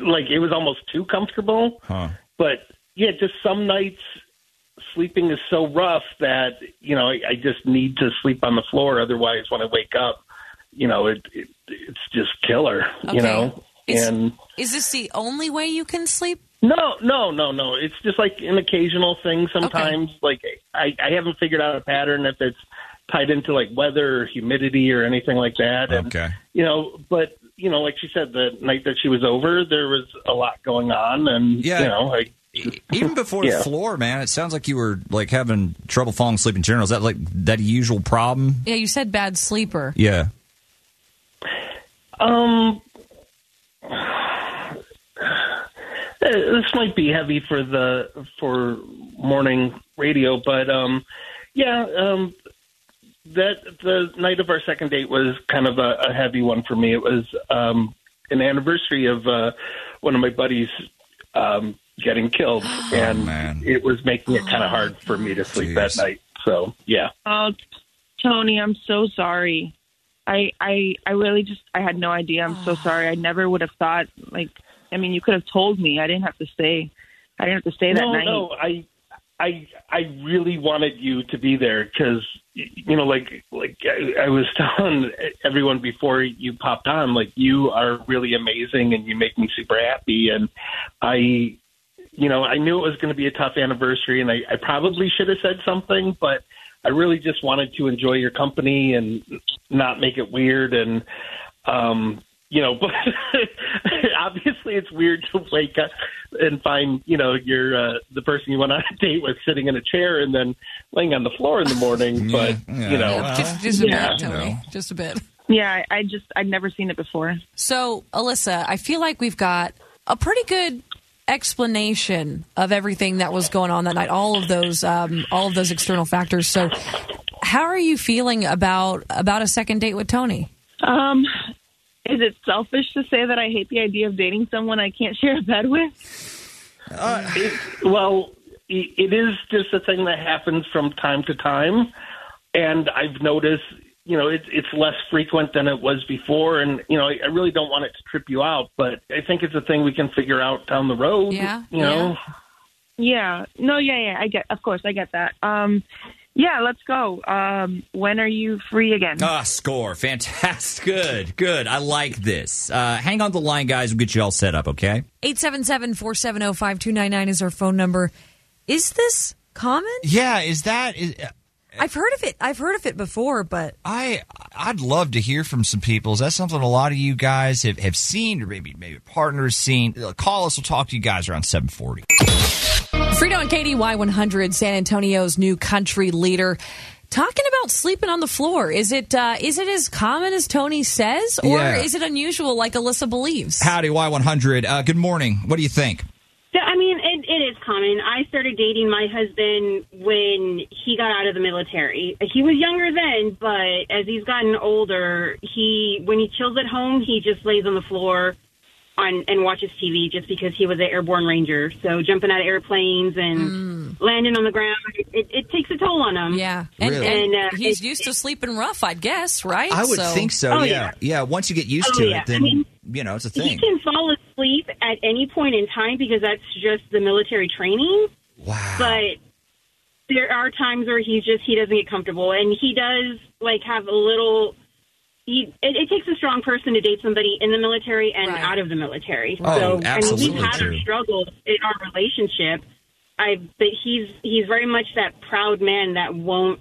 [SPEAKER 15] like it was almost too comfortable.
[SPEAKER 4] Huh.
[SPEAKER 15] But yeah, just some nights sleeping is so rough that you know I, I just need to sleep on the floor. Otherwise, when I wake up, you know, it, it it's just killer.
[SPEAKER 5] Okay.
[SPEAKER 15] You know,
[SPEAKER 5] It's-
[SPEAKER 15] and
[SPEAKER 5] Is this the only way you can sleep?
[SPEAKER 15] no, no, no, no. It's just like an occasional thing sometimes. Like I, I haven't figured out a pattern if it's tied into like weather or humidity or anything like that. And,
[SPEAKER 4] Okay.
[SPEAKER 15] You know, but you know, like she said, the night that she was over, there was a lot going on, and
[SPEAKER 4] Yeah. E-,
[SPEAKER 15] you know, I,
[SPEAKER 4] Even
[SPEAKER 15] [LAUGHS]
[SPEAKER 4] before
[SPEAKER 15] Yeah.
[SPEAKER 4] floor, man, it sounds like you were like having trouble falling asleep in general. Is that like that usual problem?
[SPEAKER 5] Yeah, you said bad sleeper.
[SPEAKER 4] Yeah.
[SPEAKER 15] um. Eh, This might be heavy for the for morning radio, but um, yeah, um, that the night of our second date was kind of a, a heavy one for me. It was um, an anniversary of uh, one of my buddies um, getting killed, and it was making it kind of hard for me to sleep that night. So yeah,
[SPEAKER 13] Oh, Tony, I'm so sorry. I, I, I really just, I had no idea. I'm so sorry. I never would have thought, like, I mean, you could have told me. I didn't have to stay. I didn't have to stay that
[SPEAKER 15] no,
[SPEAKER 13] night.
[SPEAKER 15] no, I, I, I really wanted you to be there because you know, like, like I, I was [LAUGHS] telling everyone before you popped on, like you are really amazing and you make me super happy, and I, you know, I knew it was going to be a tough anniversary, and I, I probably should have said something, but I really just wanted to enjoy your company and not make it weird, and um, you know, [LAUGHS] but obviously it's weird to wake up and find you know your uh, the person you went on a date with sitting in a chair and then laying on the floor in the morning, but you know,
[SPEAKER 5] just, just a bit,
[SPEAKER 15] yeah.
[SPEAKER 5] Tony. Just a bit.
[SPEAKER 13] Yeah, I, I just, I'd never seen it before.
[SPEAKER 5] So, Alyssa, I feel like we've got a pretty good explanation of everything that was going on that night. All of those, um, all of those external factors. So, how are you feeling about about a second date with Tony?
[SPEAKER 13] Um, is it selfish to say that I hate the idea of dating someone I can't share a bed with?
[SPEAKER 15] It- Uh, [LAUGHS] well, i- it is just a thing that happens from time to time, and I've noticed, you know, it, it's less frequent than it was before, and you know, I, I really don't want it to trip you out, but I think it's a thing we can figure out down the road.
[SPEAKER 13] Yeah,
[SPEAKER 15] you know,
[SPEAKER 13] Yeah. No, yeah, yeah. I get, of course, I get that. Um, yeah, let's go. Um, when are you free again?
[SPEAKER 4] Ah, score. Fantastic. [LAUGHS] Good. Good. I like this. Uh, hang on the line, guys. We'll get you all set up, okay?
[SPEAKER 5] 877 470 5299 is our phone number. Is this common?
[SPEAKER 4] Yeah, is that. Is,
[SPEAKER 5] I've heard of it. I've heard of it before, but
[SPEAKER 4] I I'd love to hear from some people. Is that something a lot of you guys have, have seen or maybe maybe partners seen? Uh, Call us, we'll talk to you guys around seven forty.
[SPEAKER 5] Frito and Katie Y100, San Antonio's new country leader, talking about sleeping on the floor. Is it uh, is it as common as Tony says, or
[SPEAKER 4] Yeah.
[SPEAKER 5] is it unusual like Alyssa believes?
[SPEAKER 4] Howdy Y one hundred. Uh, good morning. What do you think?
[SPEAKER 17] So, I mean, it, it is common. I started dating my husband when he got out of the military. He was younger then, but as he's gotten older, he when he chills at home, he just lays on the floor on and watches TV just because he was an airborne ranger. So jumping out of airplanes and landing on the ground, it, it takes a toll on him.
[SPEAKER 5] Hmm.
[SPEAKER 17] uh,
[SPEAKER 5] Yeah, and, and he's used to sleeping rough, I guess, right?
[SPEAKER 4] I would think so.
[SPEAKER 17] Oh,
[SPEAKER 4] yeah. yeah,
[SPEAKER 17] yeah.
[SPEAKER 4] Once you get used
[SPEAKER 17] Oh,
[SPEAKER 4] to
[SPEAKER 17] yeah.
[SPEAKER 4] it, then
[SPEAKER 17] I mean,
[SPEAKER 4] you know it's a
[SPEAKER 17] He
[SPEAKER 4] thing.
[SPEAKER 17] can fall asleep at any point in time because that's just the military training.
[SPEAKER 4] Wow.
[SPEAKER 17] But there are times where he's just he doesn't get comfortable and he does like have a little he, it, it takes a strong person to date somebody in the military and out of the military.
[SPEAKER 18] Oh,
[SPEAKER 17] so I mean
[SPEAKER 18] absolutely
[SPEAKER 17] we've had
[SPEAKER 18] true.
[SPEAKER 17] our struggles in our relationship. I but he's he's very much that proud man that won't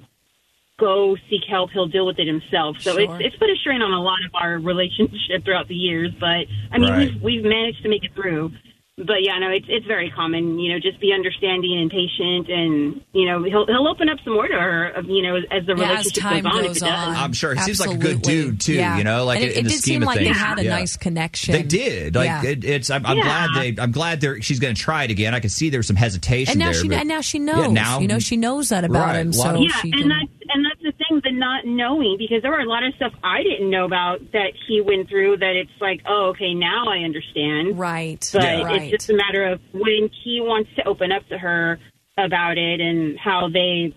[SPEAKER 17] go seek help. He'll deal with it himself. So
[SPEAKER 5] Sure.
[SPEAKER 17] it's, it's put a strain on a lot of our relationship throughout the years. But I mean,
[SPEAKER 5] Right.
[SPEAKER 17] we've, we've managed to make it through. But yeah, no, it's it's very common. You know, just be understanding and patient, and you know, he'll he'll open up some more to her. of, You know, as the
[SPEAKER 5] Yeah, as
[SPEAKER 17] relationship
[SPEAKER 5] time
[SPEAKER 17] goes on,
[SPEAKER 5] goes
[SPEAKER 17] if it does.
[SPEAKER 5] on.
[SPEAKER 4] I'm sure. He seems like a
[SPEAKER 5] Absolutely.
[SPEAKER 4] good dude too.
[SPEAKER 5] Yeah.
[SPEAKER 4] You know, like
[SPEAKER 5] And it,
[SPEAKER 4] in
[SPEAKER 5] it
[SPEAKER 4] the
[SPEAKER 5] did
[SPEAKER 4] scheme
[SPEAKER 5] seem
[SPEAKER 4] of
[SPEAKER 5] like
[SPEAKER 4] things.
[SPEAKER 5] they had a
[SPEAKER 4] Yeah.
[SPEAKER 5] nice connection.
[SPEAKER 4] They did. Like
[SPEAKER 5] Yeah.
[SPEAKER 4] it, it's. I'm, I'm
[SPEAKER 5] Yeah.
[SPEAKER 4] glad they. I'm glad they She's going to try it again. I can see there's some hesitation
[SPEAKER 5] and now
[SPEAKER 4] there.
[SPEAKER 5] she
[SPEAKER 4] but-
[SPEAKER 5] and now she
[SPEAKER 4] Yeah,
[SPEAKER 5] knows.
[SPEAKER 4] now-
[SPEAKER 5] you know, she knows that about
[SPEAKER 4] Right,
[SPEAKER 5] him.
[SPEAKER 4] a
[SPEAKER 5] So
[SPEAKER 4] lot of-
[SPEAKER 17] yeah,
[SPEAKER 5] she
[SPEAKER 17] and that's and that's the thing, the not knowing because there were a lot of stuff I didn't know about that he went through. That it's like, oh, okay, now I understand.
[SPEAKER 5] Right,
[SPEAKER 17] but
[SPEAKER 5] Yeah.
[SPEAKER 17] it's just a matter of when he wants to open up to her about it and how they,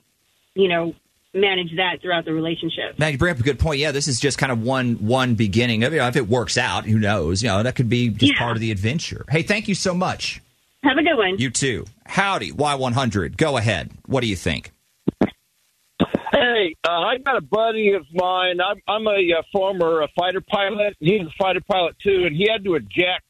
[SPEAKER 17] you know, manage that throughout the relationship.
[SPEAKER 4] Matt, you bring up a good point. Yeah, this is just kind of one one beginning. I mean, if it works out, who knows? You know, that could be just part of the adventure. Hey, thank you so much.
[SPEAKER 17] Have a good one.
[SPEAKER 4] You too. Howdy, Y100. Go ahead. What do you think?
[SPEAKER 18] Hey, uh, I got a buddy of mine. I'm, I'm a, uh former uh, fighter pilot. He's a fighter pilot too, and he had to eject,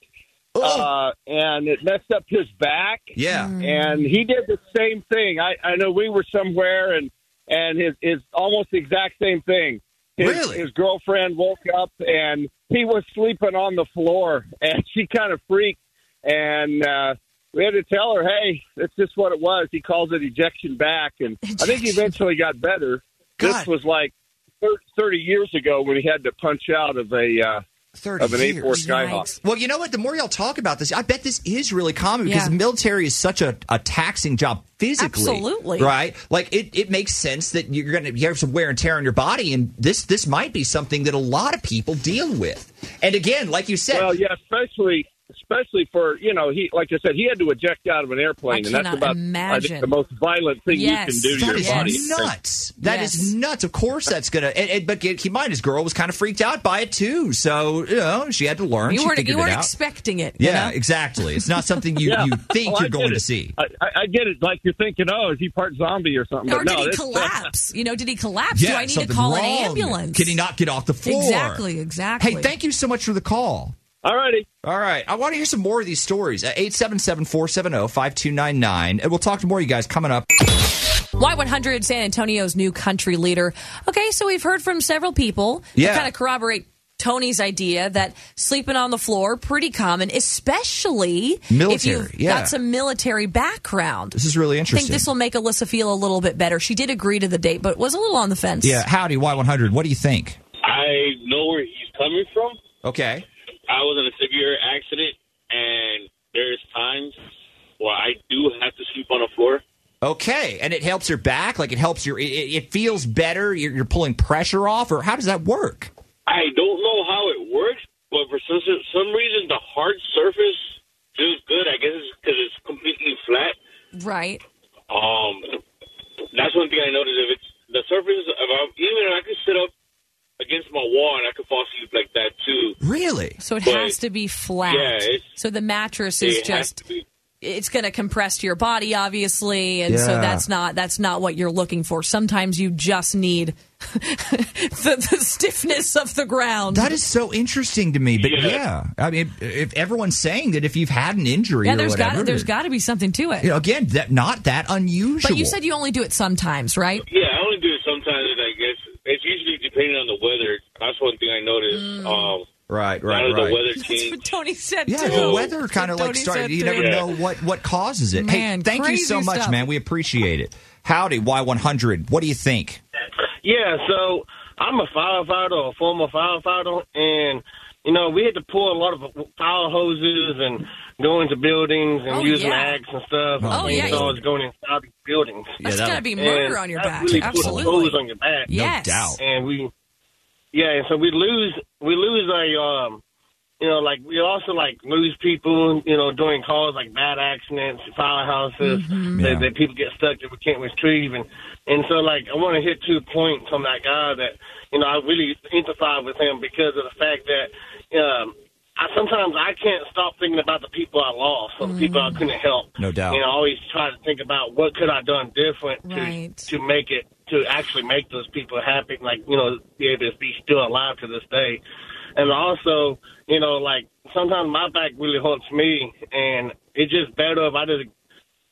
[SPEAKER 18] uh, and it messed up his back.
[SPEAKER 4] Oh. Yeah,
[SPEAKER 18] and he did the same thing. I, I know we were somewhere, and and his his almost the exact same thing. His,
[SPEAKER 4] really,
[SPEAKER 18] his girlfriend woke up and he was sleeping on the floor, and [LAUGHS] she kind of freaked, and. uh we had to tell her, "Hey, that's just what it was." He calls it ejection back, and
[SPEAKER 4] [LAUGHS]
[SPEAKER 18] I think he eventually got better. This was like thir- thirty years ago when he had to punch out of a uh,
[SPEAKER 4] 30
[SPEAKER 18] of an eight four
[SPEAKER 4] years.
[SPEAKER 18] Skyhawk.
[SPEAKER 4] Well, you know what? The more y'all talk about this, I bet this is really common because
[SPEAKER 18] Yeah.
[SPEAKER 4] the military is such a, a taxing job physically.
[SPEAKER 18] Absolutely.
[SPEAKER 4] Right? Like it, it makes sense that you're gonna you have some wear and tear on your body, and this this might be something that a lot of people deal with. And again, like you said,
[SPEAKER 18] Well, yeah, especially especially for you know he like I said he had to eject out of an airplane,
[SPEAKER 4] I
[SPEAKER 18] and that's
[SPEAKER 4] cannot
[SPEAKER 18] about I
[SPEAKER 4] imagine.
[SPEAKER 18] think the most violent thing
[SPEAKER 4] Yes.
[SPEAKER 18] you can do
[SPEAKER 4] That
[SPEAKER 18] to
[SPEAKER 4] is
[SPEAKER 18] your body.
[SPEAKER 4] nuts. That is nuts. Of course, that's gonna. And, and- but keep in mind, his girl was kind of freaked out by it too. So you know, she had to learn.
[SPEAKER 5] you
[SPEAKER 4] she
[SPEAKER 5] weren't
[SPEAKER 4] figured
[SPEAKER 5] you weren't
[SPEAKER 4] it out.
[SPEAKER 5] expecting it. you
[SPEAKER 4] yeah,
[SPEAKER 5] know?
[SPEAKER 4] exactly. It's not something you,
[SPEAKER 18] [LAUGHS] Yeah.
[SPEAKER 4] you think
[SPEAKER 18] Well, I
[SPEAKER 4] you're going
[SPEAKER 18] get
[SPEAKER 4] to
[SPEAKER 18] it.
[SPEAKER 4] see.
[SPEAKER 18] I, I, I get it. Like you're thinking, oh, is he part zombie or something?
[SPEAKER 5] Or
[SPEAKER 18] but no, uh,
[SPEAKER 5] did he
[SPEAKER 18] this-
[SPEAKER 5] collapse? You know, did he collapse?
[SPEAKER 4] Yeah,
[SPEAKER 5] Do I need to
[SPEAKER 4] something
[SPEAKER 5] call an
[SPEAKER 4] wrong.
[SPEAKER 5] ambulance?
[SPEAKER 4] Can he not get off the floor?
[SPEAKER 5] Exactly, exactly.
[SPEAKER 4] Hey, thank you so much for the call.
[SPEAKER 18] All righty.
[SPEAKER 4] All right. I want to hear some more of these stories. 877 470 5299. And we'll talk to more of you guys coming up.
[SPEAKER 5] Y100 San Antonio's new country leader. Okay, so we've heard from several people
[SPEAKER 4] Yeah.
[SPEAKER 5] that kind of corroborate Tony's idea that sleeping on the floor pretty common, especially if
[SPEAKER 4] Military,
[SPEAKER 5] you've
[SPEAKER 4] yeah.
[SPEAKER 5] got some military background.
[SPEAKER 4] This is really
[SPEAKER 5] I think
[SPEAKER 4] interesting.
[SPEAKER 5] this will make Alyssa feel a little bit better. She did agree to the date, but was a little on the fence.
[SPEAKER 4] Yeah. Howdy, Y100. What do you think?
[SPEAKER 19] I know where he's coming from.
[SPEAKER 4] Okay.
[SPEAKER 19] I was in a severe accident, and there's times where I do have to sleep on the floor.
[SPEAKER 4] Okay. And it helps your back? Like it helps your, it, it feels better? You're, you're pulling pressure off? Or how does that work?
[SPEAKER 19] I don't know how it works, but for some some reason, the hard surface feels good. I guess it's because it's completely flat.
[SPEAKER 5] Right.
[SPEAKER 19] Um, that's one thing I noticed. If it's the surface, if I'm, even if I could sit up against my wall and I could fall asleep like that too.
[SPEAKER 4] Really?
[SPEAKER 5] So it
[SPEAKER 19] But-
[SPEAKER 5] has to be flat.
[SPEAKER 19] Yeah, it's-
[SPEAKER 5] so the mattress
[SPEAKER 19] it
[SPEAKER 5] is
[SPEAKER 19] has
[SPEAKER 5] just
[SPEAKER 19] to be-
[SPEAKER 5] it's going to compress to your body obviously and so
[SPEAKER 19] Yeah.
[SPEAKER 5] that's not that's not what you're looking for. Sometimes you just need [LAUGHS] the, the stiffness of the ground.
[SPEAKER 4] That is so interesting to me. But yeah, I mean, if everyone's saying that if you've had an injury
[SPEAKER 5] Yeah,
[SPEAKER 4] or
[SPEAKER 5] there's
[SPEAKER 4] whatever,
[SPEAKER 5] got there's got to be something to it.
[SPEAKER 4] you know, again, that not that unusual.
[SPEAKER 5] But you said you only do it sometimes, right?
[SPEAKER 19] Yeah, I only do it sometimes. I guess it's usually depending on the weather. That's one thing I noticed. Um,
[SPEAKER 4] right,
[SPEAKER 19] now
[SPEAKER 4] right,
[SPEAKER 19] that
[SPEAKER 4] right.
[SPEAKER 19] The weather changed.
[SPEAKER 5] Tony said
[SPEAKER 4] Yeah,
[SPEAKER 5] too.
[SPEAKER 4] the weather kind of like
[SPEAKER 5] Tony
[SPEAKER 4] started.
[SPEAKER 5] said
[SPEAKER 4] You
[SPEAKER 5] too.
[SPEAKER 4] never
[SPEAKER 5] Yeah.
[SPEAKER 4] know what what causes it.
[SPEAKER 5] Man,
[SPEAKER 4] hey, thank you
[SPEAKER 5] crazy
[SPEAKER 4] so much,
[SPEAKER 5] stuff.
[SPEAKER 4] man. We appreciate it. Howdy, Y one hundred. What do you think?
[SPEAKER 20] Yeah, so I'm a firefighter, a former firefighter, and you know we had to pull a lot of fire hoses and go into buildings and
[SPEAKER 5] Oh,
[SPEAKER 20] using
[SPEAKER 5] yeah.
[SPEAKER 20] axe and stuff.
[SPEAKER 5] Oh,
[SPEAKER 20] and
[SPEAKER 5] yeah.
[SPEAKER 20] chainsaws going inside these buildings.
[SPEAKER 5] That's gotta be murder
[SPEAKER 20] And
[SPEAKER 5] on your
[SPEAKER 20] that
[SPEAKER 5] back.
[SPEAKER 20] Really
[SPEAKER 5] Absolutely.
[SPEAKER 20] Pull a hose on your back.
[SPEAKER 5] No Yes. doubt.
[SPEAKER 20] And we, yeah, and so we lose, we lose a, um, you know, like we also like lose people, you know, during calls like bad accidents, firehouses,
[SPEAKER 5] Mm-hmm.
[SPEAKER 20] that, that people get stuck that we can't retrieve, and and so like I want to hit two points on that guy that you know I really empathize with him because of the fact that um, I sometimes I can't stop thinking about the people I lost, or the people I couldn't help.
[SPEAKER 4] No doubt.
[SPEAKER 20] You know, I always try to think about what could I done different
[SPEAKER 5] Right.
[SPEAKER 20] to to make it to actually make those people happy, like you know, be able to be still alive to this day. And also, you know, like sometimes my back really hurts me, and it's just better if I just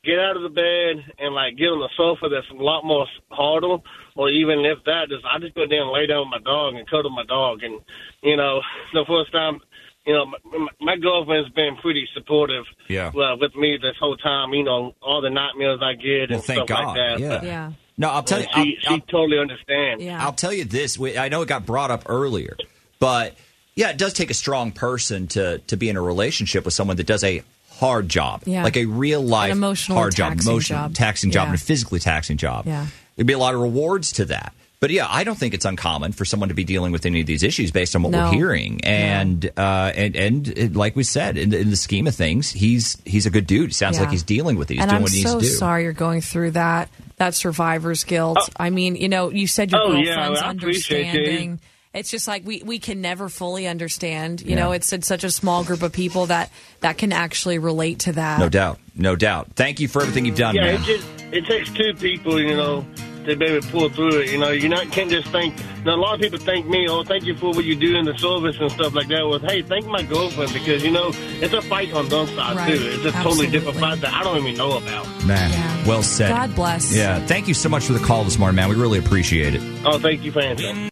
[SPEAKER 20] get out of the bed and like get on the sofa that's a lot more harder, or even if that, just I just go down and lay down with my dog and cuddle my dog, and you know, the first time you know, my, my- my girlfriend's been pretty supportive.
[SPEAKER 4] Yeah.
[SPEAKER 20] Well, with me this whole time, you know, all the nightmares I get
[SPEAKER 16] Well,
[SPEAKER 20] and
[SPEAKER 16] thank
[SPEAKER 20] stuff
[SPEAKER 16] God,
[SPEAKER 20] like that.
[SPEAKER 16] yeah.
[SPEAKER 20] But,
[SPEAKER 16] Yeah. No, I'll tell you.
[SPEAKER 20] Well, she-
[SPEAKER 16] I'll,
[SPEAKER 20] she totally understands.
[SPEAKER 16] I'll tell you this. we- I know it got brought up earlier, but yeah, it does take a strong person to to be in a relationship with someone that does a hard job,
[SPEAKER 5] Yeah.
[SPEAKER 16] like a real life
[SPEAKER 5] An emotional
[SPEAKER 16] hard job,
[SPEAKER 5] taxing
[SPEAKER 16] emotional
[SPEAKER 5] job.
[SPEAKER 16] taxing job,
[SPEAKER 5] Yeah.
[SPEAKER 16] and a physically taxing job.
[SPEAKER 5] Yeah.
[SPEAKER 16] There'd be a lot of rewards to that. But yeah, I don't think it's uncommon for someone to be dealing with any of these issues based on what
[SPEAKER 5] No.
[SPEAKER 16] we're hearing. And uh, and and uh, like we said, in, the- in the scheme of things, he's he's a good dude. It sounds
[SPEAKER 5] Yeah.
[SPEAKER 16] like he's dealing with it. He's
[SPEAKER 5] and
[SPEAKER 16] doing
[SPEAKER 5] I'm
[SPEAKER 16] what he
[SPEAKER 5] so
[SPEAKER 16] needs to do.
[SPEAKER 5] sorry you're going through that. That survivor's guilt.
[SPEAKER 19] Oh.
[SPEAKER 5] I mean, you know, you said your
[SPEAKER 16] Oh, yeah,
[SPEAKER 5] girlfriend's
[SPEAKER 16] I appreciate you.
[SPEAKER 5] understanding. It's just like we, we can never fully understand. You
[SPEAKER 16] Yeah.
[SPEAKER 5] know, it's, it's such a small group of people that that can actually relate to that.
[SPEAKER 16] No doubt, no doubt. Thank you for everything you've done,
[SPEAKER 20] yeah,
[SPEAKER 16] man.
[SPEAKER 20] it just it takes two people, you know, to maybe pull through it. You know, you not can't just thank. Now a lot of people thank me. Oh, thank you for what you do in the service and stuff like that. Well, hey, thank my girlfriend because you know it's a fight on both sides
[SPEAKER 5] Right.
[SPEAKER 20] too. It's a totally different fight that I don't even know about.
[SPEAKER 16] Man, well said.
[SPEAKER 5] God bless.
[SPEAKER 16] Yeah, thank you so much for the call this morning, man. We really appreciate it.
[SPEAKER 20] Oh, thank you for answering.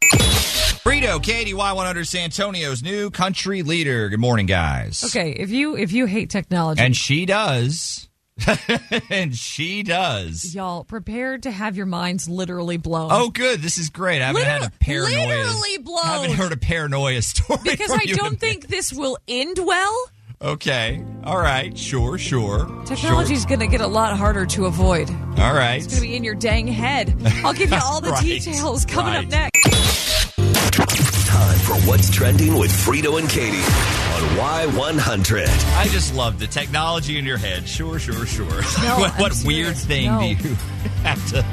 [SPEAKER 4] Frito, KDY100 San Antonio's new country leader. Good morning,
[SPEAKER 5] [LAUGHS]
[SPEAKER 4] guys.
[SPEAKER 5] Okay, if you if you hate technology,
[SPEAKER 4] And she does. [LAUGHS] and she does.
[SPEAKER 5] y'all prepared to have your minds literally blown.
[SPEAKER 4] Oh, [LAUGHS] good. This is great. I haven't had a
[SPEAKER 5] Liter-
[SPEAKER 4] paranoia.
[SPEAKER 5] literally blown.
[SPEAKER 4] Haven't heard a paranoia [LAUGHS] story.
[SPEAKER 5] because
[SPEAKER 4] from
[SPEAKER 5] I
[SPEAKER 4] you
[SPEAKER 5] don't think this will end well.
[SPEAKER 4] Okay. All right. Sure. Sure.
[SPEAKER 5] Technology's going to get a lot harder to avoid.
[SPEAKER 4] Sure. All right.
[SPEAKER 5] It's going to be in your dang head. I'll
[SPEAKER 4] [LAUGHS]
[SPEAKER 5] give you all the
[SPEAKER 1] Right,
[SPEAKER 5] details coming up next.
[SPEAKER 1] Time for what's trending with Frito and Katie on Y100.
[SPEAKER 4] I just love the technology in your head. Sure. Sure. Sure. [LAUGHS] what what weird thing
[SPEAKER 5] No.
[SPEAKER 4] do you [LAUGHS] have to?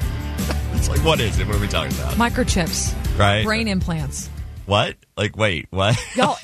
[SPEAKER 4] It's like what is it? What are we talking about?
[SPEAKER 5] Microchips,
[SPEAKER 4] Right.
[SPEAKER 5] Brain implants.
[SPEAKER 4] What? Like wait. What? [LAUGHS]
[SPEAKER 5] Y'all,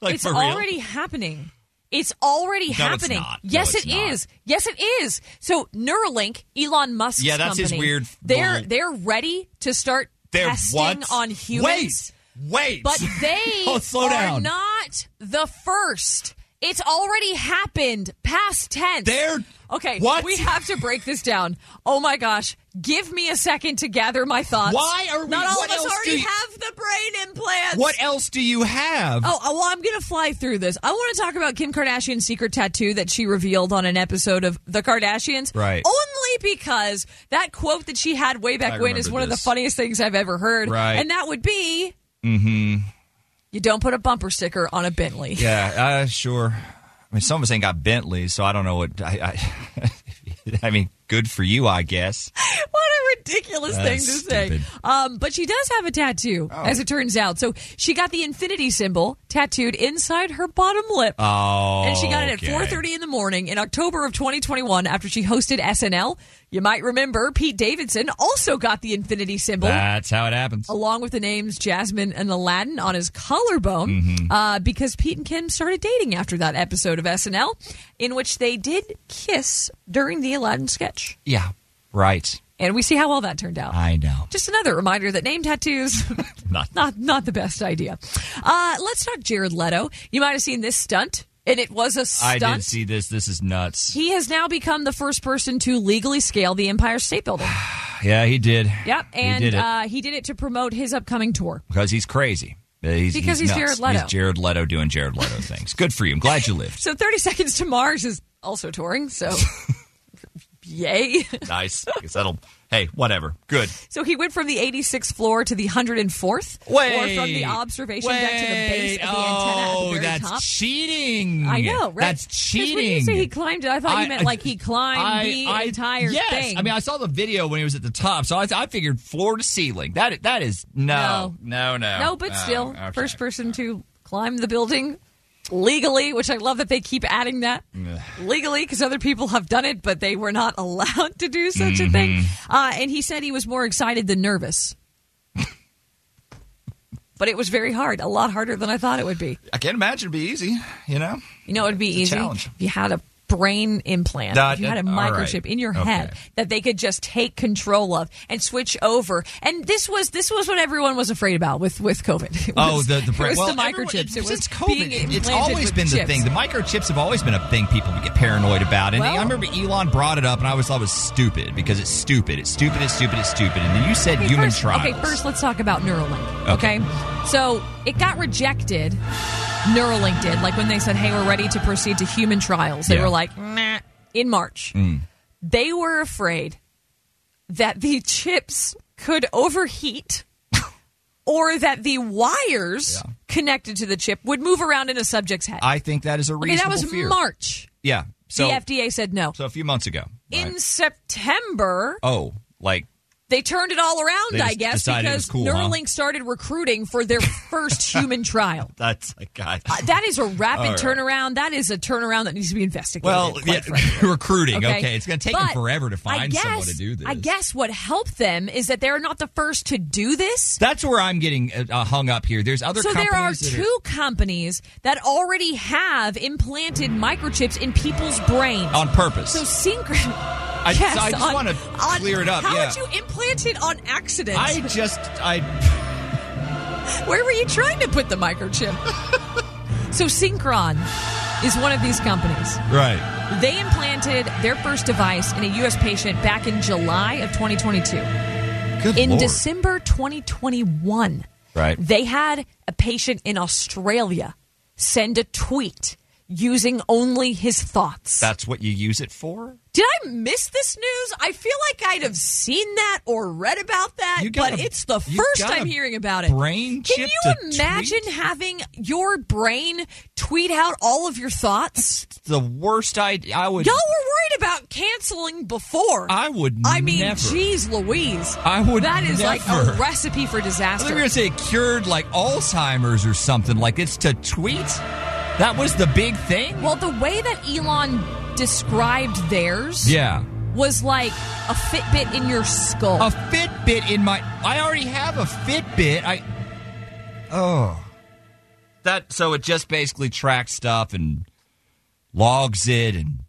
[SPEAKER 4] Like,
[SPEAKER 5] it's
[SPEAKER 4] for real?
[SPEAKER 5] already happening. It's already
[SPEAKER 4] No, it's
[SPEAKER 5] happening.
[SPEAKER 4] not. No,
[SPEAKER 5] Yes,
[SPEAKER 4] it's
[SPEAKER 5] it is. Yes, it is. So Neuralink, Elon Musk's
[SPEAKER 4] Yeah, that's his
[SPEAKER 5] company,
[SPEAKER 4] weird
[SPEAKER 5] They're
[SPEAKER 4] little-
[SPEAKER 5] they're ready to start
[SPEAKER 4] They're
[SPEAKER 5] testing
[SPEAKER 4] what?
[SPEAKER 5] on humans.
[SPEAKER 4] Wait, wait.
[SPEAKER 5] But they
[SPEAKER 4] [LAUGHS] Oh, slow
[SPEAKER 5] are
[SPEAKER 4] down.
[SPEAKER 5] not the first. It's already happened. Past tense. They're okay.
[SPEAKER 4] what?
[SPEAKER 5] we have to break this down. Oh my gosh! Give me a second to gather my thoughts.
[SPEAKER 4] Why are we-
[SPEAKER 5] Not all
[SPEAKER 4] what
[SPEAKER 5] of us
[SPEAKER 4] else do
[SPEAKER 5] already
[SPEAKER 4] you-
[SPEAKER 5] have the brain implants.
[SPEAKER 4] What else do you have?
[SPEAKER 5] Oh, uh, well, I'm going to fly through this. I want to talk about Kim Kardashian's secret tattoo that she revealed on an episode of The Kardashians.
[SPEAKER 4] Right.
[SPEAKER 5] Only because that quote that she had way back
[SPEAKER 4] I
[SPEAKER 5] when is
[SPEAKER 4] remember
[SPEAKER 5] one of the
[SPEAKER 4] this.
[SPEAKER 5] funniest things I've ever heard.
[SPEAKER 4] Right.
[SPEAKER 5] And that would be
[SPEAKER 4] Mm-hmm.
[SPEAKER 5] [LAUGHS] you don't put a bumper sticker on a Bentley.
[SPEAKER 4] Yeah, uh, sure. I mean, some of us ain't got Bentleys, so I don't know what. I, I, [LAUGHS] I mean, good for you, I guess.
[SPEAKER 5] [LAUGHS] what a ridiculous
[SPEAKER 4] That's
[SPEAKER 5] thing to say.
[SPEAKER 4] stupid.
[SPEAKER 5] Um, but she does have a tattoo, as it turns out. So she got the infinity symbol tattooed inside her bottom lip.
[SPEAKER 4] Oh,
[SPEAKER 5] and she got it at
[SPEAKER 4] okay.
[SPEAKER 5] 4:30 in the morning in October of 2021 after she hosted SNL. You might remember Pete Davidson also got the infinity symbol
[SPEAKER 4] That's how it happens.
[SPEAKER 5] along with the names Jasmine and Aladdin on his collarbone
[SPEAKER 4] Mm-hmm.
[SPEAKER 5] uh, because Pete and Kim started dating after that episode of SNL in which they did kiss during the Aladdin sketch.
[SPEAKER 4] Yeah, right.
[SPEAKER 5] And we see how well that turned out.
[SPEAKER 4] I know.
[SPEAKER 5] Just another reminder that name tattoos
[SPEAKER 4] [LAUGHS] not
[SPEAKER 5] not not the best idea. Uh, let's talk Jared Leto. You might have seen this stunt, and it was a
[SPEAKER 4] I
[SPEAKER 5] stunt.
[SPEAKER 4] did see this. This is nuts.
[SPEAKER 5] He has now become the first person to legally scale the Empire State
[SPEAKER 4] [SIGHS]
[SPEAKER 5] Building.
[SPEAKER 4] Yeah, he did.
[SPEAKER 5] Yep, and
[SPEAKER 4] he did it
[SPEAKER 5] Uh, he did it to promote his upcoming tour.
[SPEAKER 4] because he's crazy. Uh, He's,
[SPEAKER 5] Because he's
[SPEAKER 4] nuts.
[SPEAKER 5] Jared Leto.
[SPEAKER 4] He's Jared Leto doing Jared Leto things. Good for you. I'm glad you lived.
[SPEAKER 5] So 30 [LAUGHS] Seconds to Mars is also touring,
[SPEAKER 4] [LAUGHS]
[SPEAKER 5] so yay.
[SPEAKER 4] Nice. Guess that'll. Hey, whatever. Good.
[SPEAKER 5] So he went from the 86th floor to the 104th, or from the
[SPEAKER 4] Wait.
[SPEAKER 5] observation deck to the base of the
[SPEAKER 4] Oh,
[SPEAKER 5] antenna at the very
[SPEAKER 4] that's
[SPEAKER 5] top.
[SPEAKER 4] cheating.
[SPEAKER 5] I know, right?
[SPEAKER 4] That's
[SPEAKER 5] 'Cause When you
[SPEAKER 4] cheating.
[SPEAKER 5] say he climbed it, I thought you
[SPEAKER 4] I-
[SPEAKER 5] meant like he climbed the
[SPEAKER 4] I-
[SPEAKER 5] entire
[SPEAKER 4] yes.
[SPEAKER 5] thing.
[SPEAKER 4] I mean, I saw the video when he was at the top, so I, I figured floor to ceiling. That that is no, no, no,
[SPEAKER 5] no, but
[SPEAKER 4] no.
[SPEAKER 5] still,
[SPEAKER 4] Okay.
[SPEAKER 5] first person to climb the building legally, which I love that they keep adding that legally because other people have done it, but they were not [LAUGHS] allowed to do such a thing.
[SPEAKER 4] Mm-hmm.
[SPEAKER 5] Uh, and he said he was more excited than nervous. But it was very hard, a lot harder than I thought it would be.
[SPEAKER 4] I can't imagine it'd be easy. You know,
[SPEAKER 5] You know, it would be
[SPEAKER 4] a
[SPEAKER 5] easy
[SPEAKER 4] challenge.
[SPEAKER 5] if you had a brain implant,
[SPEAKER 4] That-
[SPEAKER 5] if you had a
[SPEAKER 4] all right.
[SPEAKER 5] microchip in your
[SPEAKER 4] Okay.
[SPEAKER 5] head that they could just take control of and switch over. And this was this was what everyone was afraid about with with COVID. [LAUGHS] It
[SPEAKER 4] Oh,
[SPEAKER 5] was-
[SPEAKER 4] the the
[SPEAKER 5] it
[SPEAKER 4] brain.
[SPEAKER 5] was
[SPEAKER 4] well,
[SPEAKER 5] the
[SPEAKER 4] everyone-
[SPEAKER 5] microchips. it was
[SPEAKER 4] since
[SPEAKER 5] being
[SPEAKER 4] COVID. it- It's
[SPEAKER 5] implanted
[SPEAKER 4] always
[SPEAKER 5] with
[SPEAKER 4] been the
[SPEAKER 5] chips.
[SPEAKER 4] thing. The microchips have always been a thing people get paranoid about. And
[SPEAKER 5] Well-
[SPEAKER 4] I remember Elon brought it up, and I always thought it was stupid because it's stupid. It's stupid. It's stupid. It's stupid. And then you said
[SPEAKER 5] Okay,
[SPEAKER 4] human
[SPEAKER 5] first,
[SPEAKER 4] trials.
[SPEAKER 5] Okay, first let's talk about Neuralink.
[SPEAKER 4] Okay.
[SPEAKER 5] Okay, so it got rejected Neuralink did. Like when they said, hey, we're ready to proceed to human trials, they
[SPEAKER 11] Yeah.
[SPEAKER 5] were like, nah, in
[SPEAKER 4] Mm.
[SPEAKER 5] March. They were afraid that the chips could overheat or that the wires connected to the chip would move around in a subject's head.
[SPEAKER 4] I think that is a
[SPEAKER 5] okay,
[SPEAKER 4] reasonable
[SPEAKER 5] that was
[SPEAKER 4] fear.
[SPEAKER 5] March.
[SPEAKER 4] Yeah. So
[SPEAKER 5] the FDA said no.
[SPEAKER 4] so a few months ago. right?
[SPEAKER 5] In September,
[SPEAKER 4] oh, like
[SPEAKER 5] they turned it all around,
[SPEAKER 4] They just
[SPEAKER 5] I guess,
[SPEAKER 4] decided it
[SPEAKER 5] because
[SPEAKER 4] was cool, huh?
[SPEAKER 5] Neuralink started recruiting for
[SPEAKER 4] [LAUGHS]
[SPEAKER 5] their first human trial.
[SPEAKER 4] that's like God.
[SPEAKER 5] Uh, that is a rapid
[SPEAKER 4] All right.
[SPEAKER 5] turnaround. That is a turnaround that needs to be investigated.
[SPEAKER 4] well,
[SPEAKER 5] quite
[SPEAKER 4] yeah, [LAUGHS] recruiting.
[SPEAKER 5] Okay.
[SPEAKER 4] Okay, it's going to take
[SPEAKER 5] But
[SPEAKER 4] them forever to
[SPEAKER 5] I
[SPEAKER 4] find someone
[SPEAKER 5] guess-
[SPEAKER 4] to do this.
[SPEAKER 5] I guess what helped them is that they're not the first to do this.
[SPEAKER 4] That's where I'm getting uh, uh, hung up here. There's other
[SPEAKER 5] so
[SPEAKER 4] companies
[SPEAKER 5] there are
[SPEAKER 4] that
[SPEAKER 5] two companies that already have implanted microchips in people's brains
[SPEAKER 4] On purpose.
[SPEAKER 5] So synchro.
[SPEAKER 4] I-
[SPEAKER 5] yes,
[SPEAKER 4] so I just
[SPEAKER 5] on-
[SPEAKER 4] wanna
[SPEAKER 5] on-
[SPEAKER 4] clear it up,
[SPEAKER 5] How
[SPEAKER 4] yeah.
[SPEAKER 5] would you implant it on accident?
[SPEAKER 4] I just I.
[SPEAKER 5] [LAUGHS] Where were you trying to put the microchip? [LAUGHS] so Synchron is one of these companies.
[SPEAKER 4] right.
[SPEAKER 5] They implanted their first device in a U.S. patient back in July of 2022.
[SPEAKER 4] Good
[SPEAKER 5] in
[SPEAKER 4] Lord.
[SPEAKER 5] December 2021,
[SPEAKER 4] Right.
[SPEAKER 5] they had a patient in Australia send a tweet using only his thoughts.
[SPEAKER 4] That's what you use it for.
[SPEAKER 5] Did I miss this news? I feel like I'd have seen that or read about that,
[SPEAKER 4] got
[SPEAKER 5] but
[SPEAKER 4] a-
[SPEAKER 5] it's the
[SPEAKER 4] you
[SPEAKER 5] first
[SPEAKER 4] got
[SPEAKER 5] I'm
[SPEAKER 4] a
[SPEAKER 5] hearing about it.
[SPEAKER 4] brain
[SPEAKER 5] Can
[SPEAKER 4] chip
[SPEAKER 5] you
[SPEAKER 4] to
[SPEAKER 5] imagine having your brain tweet out all of your thoughts?
[SPEAKER 4] The worst idea. I would.
[SPEAKER 5] Y'all were worried about canceling before.
[SPEAKER 4] I would.
[SPEAKER 5] I mean,
[SPEAKER 4] never.
[SPEAKER 5] geez, Louise.
[SPEAKER 4] I would
[SPEAKER 5] That is like a
[SPEAKER 4] never.
[SPEAKER 5] recipe for
[SPEAKER 4] I
[SPEAKER 5] disaster.
[SPEAKER 4] thought you were going to say it cured like Alzheimer's or something. Like it's to tweet. That was the big thing.
[SPEAKER 5] Well, the way that Elon described theirs
[SPEAKER 4] Yeah.
[SPEAKER 5] was like a Fitbit in your skull.
[SPEAKER 4] A Fitbit in my. I already have a Fitbit. I. Oh. That so it just basically tracks stuff and logs it and.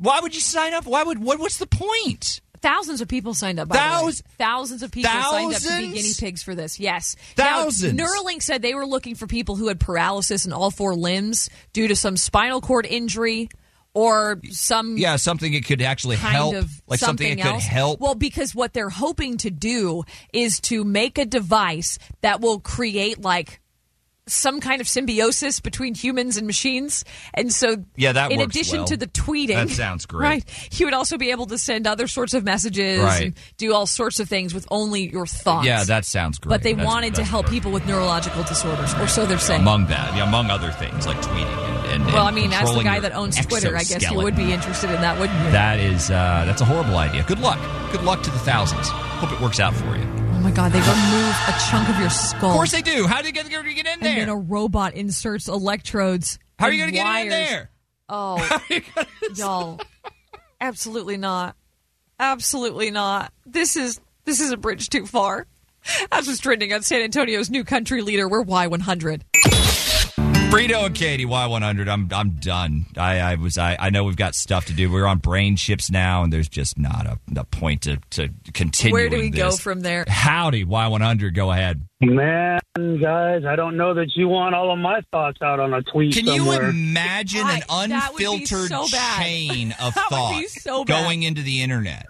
[SPEAKER 4] Why would you sign up? Why would what? What's the point?
[SPEAKER 5] Thousands of people signed up. By
[SPEAKER 4] Thous-
[SPEAKER 5] Thousands, thousands of people signed up to be
[SPEAKER 4] Thousands?
[SPEAKER 5] guinea pigs for this. Yes,
[SPEAKER 4] Thousands.
[SPEAKER 5] Now, Neuralink said they were looking for people who had paralysis in all four limbs due to some spinal cord injury or some
[SPEAKER 4] Yeah, something it could actually
[SPEAKER 5] kind
[SPEAKER 4] help,
[SPEAKER 5] of
[SPEAKER 4] like something,
[SPEAKER 5] something
[SPEAKER 4] it could
[SPEAKER 5] else.
[SPEAKER 4] help.
[SPEAKER 5] Well, because what they're hoping to do is to make a device that will create like some kind of symbiosis between humans and machines. And so,
[SPEAKER 4] Yeah, that
[SPEAKER 5] in
[SPEAKER 4] works
[SPEAKER 5] addition
[SPEAKER 4] well.
[SPEAKER 5] to the tweeting,
[SPEAKER 4] That sounds great.
[SPEAKER 5] Right, you would also be able to send other sorts of messages
[SPEAKER 4] Right.
[SPEAKER 5] and do all sorts of things with only your thoughts.
[SPEAKER 4] Yeah, that sounds great.
[SPEAKER 5] But they
[SPEAKER 4] That's-
[SPEAKER 5] wanted to
[SPEAKER 4] that's
[SPEAKER 5] help people with neurological disorders, or so they're saying.
[SPEAKER 4] among that, yeah, among other things like tweeting and. and
[SPEAKER 5] well, I
[SPEAKER 4] and
[SPEAKER 5] mean, as the
[SPEAKER 4] controlling
[SPEAKER 5] guy
[SPEAKER 4] your
[SPEAKER 5] that owns Twitter, I guess you
[SPEAKER 4] exoskeleton.
[SPEAKER 5] would be interested in that, wouldn't you?
[SPEAKER 4] That is uh, that's a horrible idea. Good luck. Good luck to the thousands. Hope it works out for you.
[SPEAKER 5] Oh my god, they remove a chunk of your skull.
[SPEAKER 4] Of course they do. How do you get, get in
[SPEAKER 5] And then
[SPEAKER 4] there?
[SPEAKER 5] a robot inserts electrodes.
[SPEAKER 4] How are you
[SPEAKER 5] and
[SPEAKER 4] gonna get in
[SPEAKER 5] wires.
[SPEAKER 4] there? [LAUGHS]
[SPEAKER 5] Oh, y'all, absolutely not, absolutely not. This is this is a bridge too far. That's what's trending on San Antonio's new country leader. We're Y100.
[SPEAKER 4] Frito and Katie, Y100. I'm I'm done. I, I was I, I know we've got stuff to do. We're on brain chips now, and there's just not a, a point to to continue.
[SPEAKER 5] Where do we go from there?
[SPEAKER 4] Howdy, Y100. Go ahead.
[SPEAKER 21] Man, guys, I don't know that you want all of my thoughts out on a tweet.
[SPEAKER 4] Can you
[SPEAKER 21] somewhere.
[SPEAKER 4] imagine an
[SPEAKER 21] that would be
[SPEAKER 4] unfiltered
[SPEAKER 21] so bad.
[SPEAKER 4] chain
[SPEAKER 21] [LAUGHS]
[SPEAKER 4] of
[SPEAKER 21] That
[SPEAKER 4] thought
[SPEAKER 21] would be so bad.
[SPEAKER 4] going into the internet?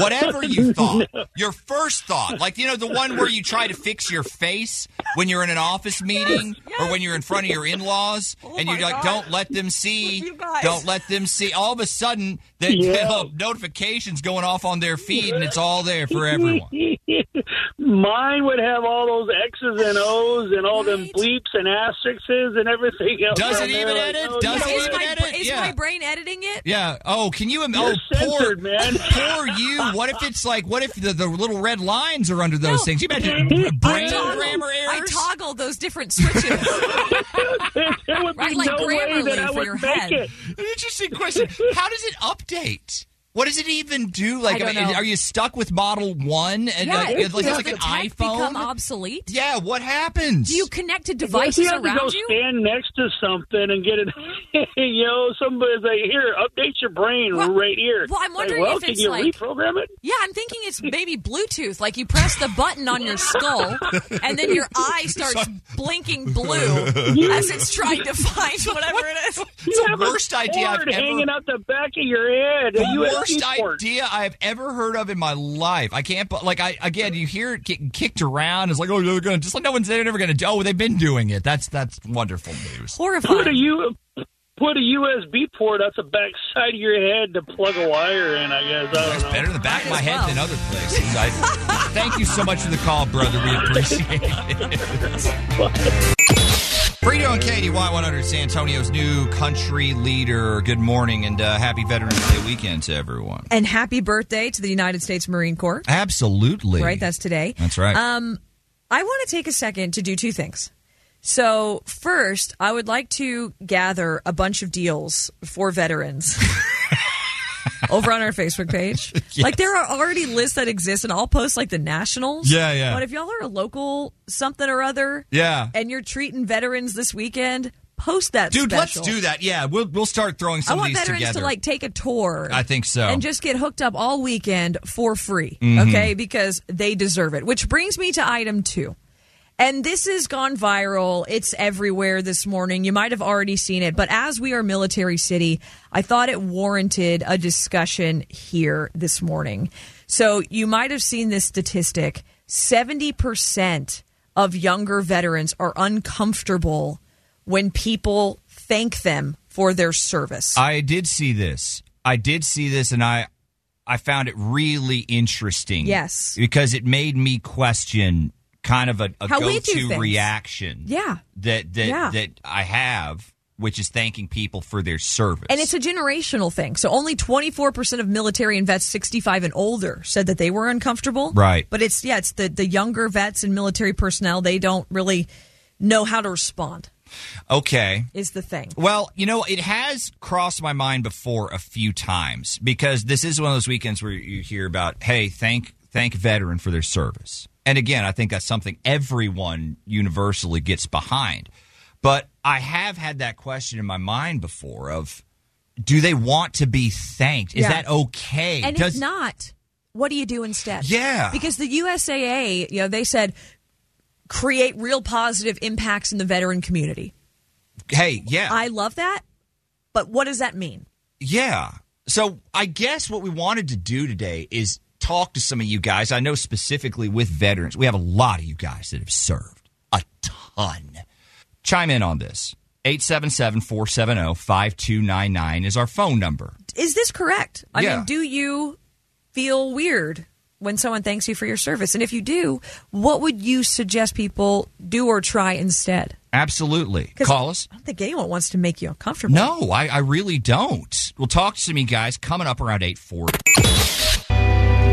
[SPEAKER 4] Whatever you thought, your first thought, like you know, the one where you try to fix your face when you're in an office meeting or when you're in front of
[SPEAKER 21] [LAUGHS]
[SPEAKER 4] your in-laws,
[SPEAKER 21] Oh
[SPEAKER 4] and you like, don't let them see,
[SPEAKER 22] guys.
[SPEAKER 4] don't let them see. All of a sudden, the [LAUGHS] notifications going off on their feed, and it's all there for everyone.
[SPEAKER 21] [LAUGHS] Mine would have all those X's and O's and all them bleeps and asterisks and everything else.
[SPEAKER 4] Does
[SPEAKER 21] on
[SPEAKER 4] it
[SPEAKER 21] there,
[SPEAKER 4] even
[SPEAKER 21] like,
[SPEAKER 4] edit?
[SPEAKER 21] oh,
[SPEAKER 4] Does
[SPEAKER 21] yeah.
[SPEAKER 4] it even edit?
[SPEAKER 5] Is
[SPEAKER 4] yeah.
[SPEAKER 5] my brain editing it?
[SPEAKER 4] Yeah. Oh, can you? Im-
[SPEAKER 21] You're
[SPEAKER 4] oh,
[SPEAKER 21] censored,
[SPEAKER 4] poor
[SPEAKER 21] man.
[SPEAKER 4] [LAUGHS] Poor you. What if it's like? What if the, the little red lines are under those things? You imagine brain grammar [LAUGHS]
[SPEAKER 5] I toggle those different switches.
[SPEAKER 21] [LAUGHS]
[SPEAKER 5] right, like
[SPEAKER 21] no way
[SPEAKER 5] Grammarly
[SPEAKER 21] that I
[SPEAKER 5] for
[SPEAKER 21] would
[SPEAKER 5] your
[SPEAKER 21] make
[SPEAKER 5] head.
[SPEAKER 21] it.
[SPEAKER 4] An interesting question. How does it update? What does it even do? Like,
[SPEAKER 5] I don't
[SPEAKER 4] mean,
[SPEAKER 5] know.
[SPEAKER 4] are you stuck with model one? [LAUGHS] And
[SPEAKER 5] yeah,
[SPEAKER 4] like, it's like,
[SPEAKER 5] does
[SPEAKER 4] it's like
[SPEAKER 5] the
[SPEAKER 4] an
[SPEAKER 5] tech
[SPEAKER 4] iPhone.
[SPEAKER 5] become obsolete?
[SPEAKER 4] Yeah, what happens?
[SPEAKER 5] Do you connect to
[SPEAKER 21] What if
[SPEAKER 5] devices
[SPEAKER 21] you have to go
[SPEAKER 5] around you?
[SPEAKER 21] stand next to something and get it? [LAUGHS] you know, somebody's like, "Here, update your brain
[SPEAKER 5] Well-
[SPEAKER 21] right here."
[SPEAKER 5] well, I'm
[SPEAKER 21] Like,
[SPEAKER 5] wondering
[SPEAKER 21] well,
[SPEAKER 5] if
[SPEAKER 21] can
[SPEAKER 5] it's
[SPEAKER 21] you
[SPEAKER 5] like-
[SPEAKER 21] reprogram it?
[SPEAKER 5] Yeah, I'm thinking it's maybe Bluetooth. Like you press the button on your skull, and then your eye starts blinking
[SPEAKER 4] [LAUGHS]
[SPEAKER 5] blue as it's trying to find whatever it is.
[SPEAKER 21] You have a cord hanging out the back of your head. and
[SPEAKER 4] The
[SPEAKER 21] you have
[SPEAKER 4] worst idea I have ever heard of in my life. I can't, but like, I again, you hear it getting kicked around. It's like, oh, they're gonna just like no one's they're never gonna do. Oh, they've been doing it. That's that's wonderful news.
[SPEAKER 8] Put a U, put a USB port out the back side of your head to plug a wire in. I guess I don't know.
[SPEAKER 4] Better in the back of my head than other places.
[SPEAKER 8] [LAUGHS]
[SPEAKER 4] I, thank you so much for the call, brother. We appreciate it. Frito and Katie, Y100, San Antonio's new country leader. Good morning and uh, happy Veterans Day weekend to everyone.
[SPEAKER 5] And happy birthday to the United States Marine Corps.
[SPEAKER 4] Absolutely.
[SPEAKER 5] Right, that's today.
[SPEAKER 4] That's right.
[SPEAKER 5] Um, I want to take a second to do two things. So, first, I would like to gather a bunch of deals for
[SPEAKER 4] [LAUGHS]
[SPEAKER 5] veterans over on our Facebook page.
[SPEAKER 7] Yes.
[SPEAKER 5] Like, there are already lists that exist, and I'll post like the nationals.
[SPEAKER 4] Yeah, yeah.
[SPEAKER 5] But if y'all are a local something or other,
[SPEAKER 4] Yeah.
[SPEAKER 5] and you're treating veterans this weekend, post that.
[SPEAKER 4] Dude,
[SPEAKER 5] special.
[SPEAKER 4] let's do that. Yeah, we'll we'll start throwing
[SPEAKER 5] I
[SPEAKER 4] some of
[SPEAKER 5] want
[SPEAKER 4] these
[SPEAKER 5] veterans
[SPEAKER 4] together.
[SPEAKER 5] to like take a tour.
[SPEAKER 4] I think so.
[SPEAKER 5] And just get hooked up all weekend for free,
[SPEAKER 4] Mhm.
[SPEAKER 5] okay? Because they deserve it. Which brings me to item two. And this has gone viral. It's everywhere this morning. You might have already seen it. But as we are Military City, I thought it warranted a discussion here this morning. So you might have seen this statistic 70% of younger veterans are uncomfortable when people thank them for their service.
[SPEAKER 4] I did see this. I did see this, and I I found it really interesting.
[SPEAKER 5] Yes.
[SPEAKER 4] because it made me question kind of a, a
[SPEAKER 5] How we do
[SPEAKER 4] go-to
[SPEAKER 5] things.
[SPEAKER 4] reaction
[SPEAKER 5] Yeah.
[SPEAKER 4] that that
[SPEAKER 5] Yeah.
[SPEAKER 4] that I have, which is thanking people for their service.
[SPEAKER 5] And it's a generational thing. So only 24% of military and vets 65 and older said that they were uncomfortable.
[SPEAKER 4] Right.
[SPEAKER 5] But it's, yeah, it's the, the younger vets and military personnel, they don't really know how to respond,
[SPEAKER 4] Okay.
[SPEAKER 5] is the thing.
[SPEAKER 4] Well, you know, it has crossed my mind before a few times because this is one of those weekends where you hear about, hey, thank thank a veteran for their service. And again, I think that's something everyone universally gets behind. But I have had that question in my mind before of do they want to be thanked? Is
[SPEAKER 5] Yeah.
[SPEAKER 4] that okay?
[SPEAKER 5] And
[SPEAKER 4] Does-
[SPEAKER 5] if not, what do you do instead?
[SPEAKER 4] Yeah.
[SPEAKER 5] Because the USAA, you know, they said create real positive impacts in the veteran community.
[SPEAKER 4] hey, yeah.
[SPEAKER 5] I love that. But what does that mean?
[SPEAKER 4] Yeah. So I guess what we wanted to do today is talk to some of you guys. I know specifically with veterans, we have a lot of you guys that have served a ton. Chime in on this. 877 470 5299 is our phone number.
[SPEAKER 5] Is this correct? I
[SPEAKER 4] Yeah.
[SPEAKER 5] mean, do you feel weird when someone thanks you for your service? And if you do, what would you suggest people do or try instead?
[SPEAKER 4] Absolutely.
[SPEAKER 5] 'Cause
[SPEAKER 4] Call us.
[SPEAKER 5] I don't think anyone wants to make you uncomfortable.
[SPEAKER 4] No, I, I really don't. Well, talk to me, guys, coming up around 840.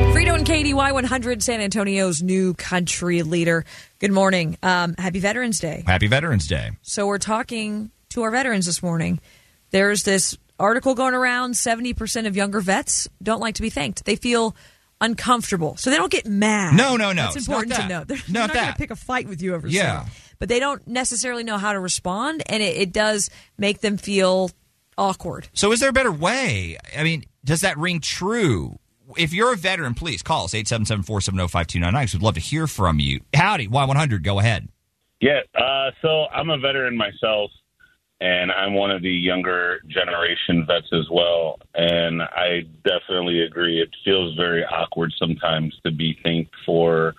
[SPEAKER 5] Frito and Katie, Y100, San Antonio's new country leader. Good morning. Um, happy Veterans Day.
[SPEAKER 4] Happy Veterans Day.
[SPEAKER 5] So we're talking to our veterans this morning. There's this article going around 70% of younger vets don't like to be thanked. They feel uncomfortable. So they don't get mad.
[SPEAKER 4] No, no, no.
[SPEAKER 5] That's
[SPEAKER 4] It's
[SPEAKER 5] important
[SPEAKER 4] not
[SPEAKER 5] to
[SPEAKER 4] that.
[SPEAKER 5] know. They're
[SPEAKER 4] Not
[SPEAKER 5] they're not going
[SPEAKER 4] that.
[SPEAKER 5] to pick a fight with you over
[SPEAKER 4] Yeah.
[SPEAKER 5] something. But they don't necessarily know how to respond, and it, it does make them feel awkward.
[SPEAKER 4] So is there a better way? I mean, does that ring true? If you're a veteran, please call us 877-470-5299 because we'd love to hear from you. Howdy, Y100, go ahead.
[SPEAKER 23] Yeah. Uh, so I'm a veteran myself, and I'm one of the younger generation vets as well. And I definitely agree. It feels very awkward sometimes to be thanked for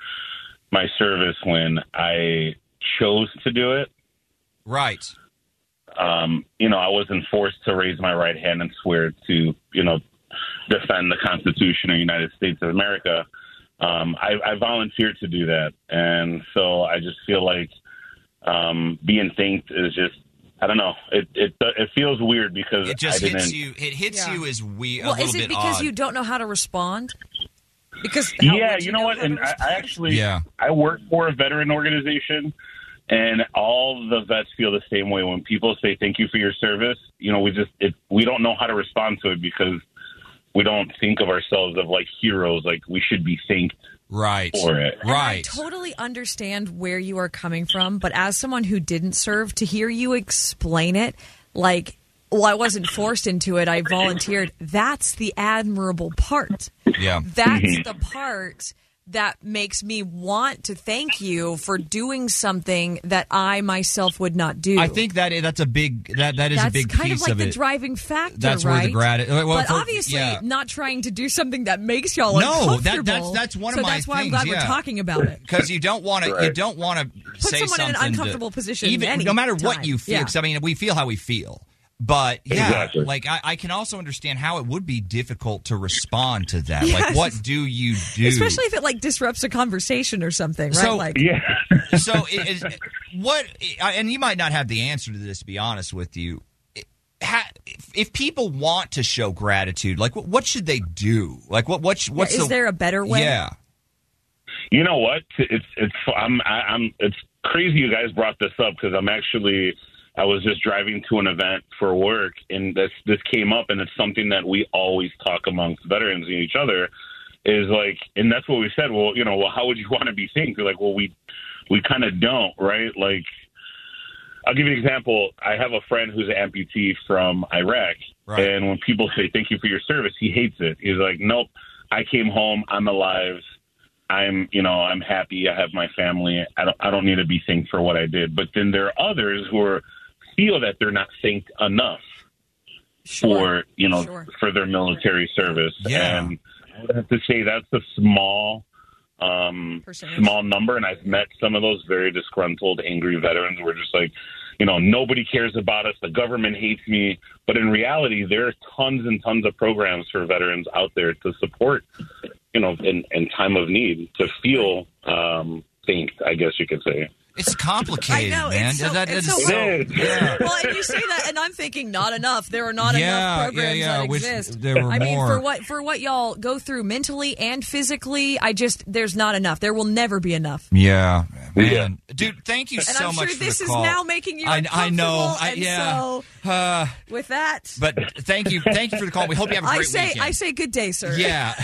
[SPEAKER 23] my service when I chose to do it.
[SPEAKER 4] Right.
[SPEAKER 23] Um, you know, I wasn't forced to raise my right hand and swear to, you know, defend the Constitution of the United States of America. Um, I, I volunteered to do that. And so I just feel like um, being thanked is just, I don't know. It it it feels weird because
[SPEAKER 4] It just
[SPEAKER 23] I didn't.
[SPEAKER 4] hits you. It hits you as we a
[SPEAKER 5] well,
[SPEAKER 4] little
[SPEAKER 5] is
[SPEAKER 4] bit
[SPEAKER 5] it because
[SPEAKER 4] odd.
[SPEAKER 5] you don't know how to respond? Because how
[SPEAKER 23] Yeah,
[SPEAKER 5] would
[SPEAKER 23] you know what?
[SPEAKER 5] how to
[SPEAKER 23] And I, I actually,
[SPEAKER 4] Yeah.
[SPEAKER 23] I work for a veteran organization, and all the vets feel the same way. When people say thank you for your service, you know, we just it, we don't know how to respond to it because we don't think of ourselves of like heroes, like we should be thanked
[SPEAKER 4] right
[SPEAKER 23] for it,
[SPEAKER 5] I totally understand where you are coming from, but as someone who didn't serve, to hear you explain it, like, well, I wasn't forced into it, I volunteered. That's the admirable part.
[SPEAKER 4] Yeah.
[SPEAKER 24] Mhm.
[SPEAKER 5] That's the part that makes me want to thank you for doing something that I myself would not do.
[SPEAKER 4] I think that eh, that's a big that that is
[SPEAKER 5] That's
[SPEAKER 4] a big
[SPEAKER 5] kind
[SPEAKER 4] piece
[SPEAKER 5] of like the
[SPEAKER 4] it.
[SPEAKER 5] driving factor,
[SPEAKER 4] That's where
[SPEAKER 5] right?
[SPEAKER 4] the grati- well,
[SPEAKER 5] but
[SPEAKER 4] for-
[SPEAKER 5] obviously,
[SPEAKER 4] yeah.
[SPEAKER 5] not trying to do something that makes y'all
[SPEAKER 4] No, that-
[SPEAKER 5] uncomfortable.
[SPEAKER 4] that's- that's one of
[SPEAKER 5] so
[SPEAKER 4] my
[SPEAKER 5] that's why
[SPEAKER 4] things,
[SPEAKER 5] I'm glad
[SPEAKER 4] yeah.
[SPEAKER 5] we're talking about it.
[SPEAKER 4] because you don't want to you don't want to say
[SPEAKER 5] someone in
[SPEAKER 4] something
[SPEAKER 5] an
[SPEAKER 4] to-
[SPEAKER 5] uncomfortable position
[SPEAKER 4] even
[SPEAKER 5] any
[SPEAKER 4] no matter what
[SPEAKER 5] time.
[SPEAKER 4] you feel
[SPEAKER 5] Yeah.
[SPEAKER 4] 'cause, i mean we feel how we feel but yeah
[SPEAKER 1] Exactly.
[SPEAKER 4] like I, I can also understand how it would be difficult to respond to that
[SPEAKER 5] Yes.
[SPEAKER 4] like what do you do
[SPEAKER 5] Especially if it like disrupts a conversation or something, right?
[SPEAKER 4] So-
[SPEAKER 5] like,
[SPEAKER 4] Yeah.
[SPEAKER 5] [LAUGHS]
[SPEAKER 4] so it, it, what I- and you might not have the answer to this to be honest with you It- ha- if- if people want to show gratitude like what, what should they do like what what sh-
[SPEAKER 5] Yeah,
[SPEAKER 4] what's
[SPEAKER 5] is
[SPEAKER 4] the,
[SPEAKER 5] there a better way?
[SPEAKER 4] yeah
[SPEAKER 23] You know what? It's it's I'm I, I'm it's crazy you guys brought this up because I'm actually I was just driving to an event for work and this this came up and it's something that we always talk amongst veterans and each other is like and that's what we said. Well, you know, well, how would you [LAUGHS] want to be seen? They're like, well, we we kind of don't, right? Like I'll give you an example. I have a friend who's an amputee from Iraq,
[SPEAKER 22] Right.
[SPEAKER 23] and when people say "thank you for your service," he hates it. He's like, "Nope, I came home. I'm alive. I'm, you know, I'm happy. I have my family. I don't, I don't need to be thanked for what I did." But then there are others who are, feel that they're not thanked enough for, you know,
[SPEAKER 22] Sure.
[SPEAKER 23] for their military service.
[SPEAKER 22] Yeah.
[SPEAKER 23] And I would have to say that's a small um,
[SPEAKER 22] Percentage.
[SPEAKER 23] small number, and I've met some of those very disgruntled, angry veterans. We're just like, you know, nobody cares about us. The government hates me. But in reality, there are tons and tons of programs for veterans out there to support, you know, in, in time of need to feel um, thanked. I guess you could say.
[SPEAKER 5] [LAUGHS]
[SPEAKER 4] it's complicated
[SPEAKER 5] I know,
[SPEAKER 4] man
[SPEAKER 5] it's so-
[SPEAKER 4] That- that
[SPEAKER 5] it's
[SPEAKER 4] is
[SPEAKER 5] so
[SPEAKER 4] so-
[SPEAKER 5] weird.
[SPEAKER 23] [LAUGHS]
[SPEAKER 4] yeah.
[SPEAKER 5] Well, and you say that, and I'm thinking not enough. There are not
[SPEAKER 4] Yeah,
[SPEAKER 5] enough programs
[SPEAKER 4] yeah, yeah,
[SPEAKER 5] that
[SPEAKER 4] I wish
[SPEAKER 5] exist.
[SPEAKER 4] there were
[SPEAKER 5] I mean,
[SPEAKER 4] more.
[SPEAKER 5] for what for what y'all go through mentally and physically, I just there's not enough. There will never be enough.
[SPEAKER 4] Yeah, man, dude. Thank you
[SPEAKER 5] And
[SPEAKER 4] so
[SPEAKER 5] I'm
[SPEAKER 4] much
[SPEAKER 5] sure
[SPEAKER 4] for
[SPEAKER 5] this
[SPEAKER 4] the
[SPEAKER 5] is
[SPEAKER 4] call.
[SPEAKER 5] now making you
[SPEAKER 4] I, I know.
[SPEAKER 5] uncomfortable,
[SPEAKER 4] I,
[SPEAKER 5] and
[SPEAKER 4] yeah.
[SPEAKER 5] so-
[SPEAKER 4] Uh,
[SPEAKER 5] With that,
[SPEAKER 4] but thank you, thank you for the call. We hope you have a
[SPEAKER 5] I
[SPEAKER 4] great
[SPEAKER 5] say
[SPEAKER 4] weekend.
[SPEAKER 5] I say good day, sir.
[SPEAKER 23] [LAUGHS]
[SPEAKER 4] yeah.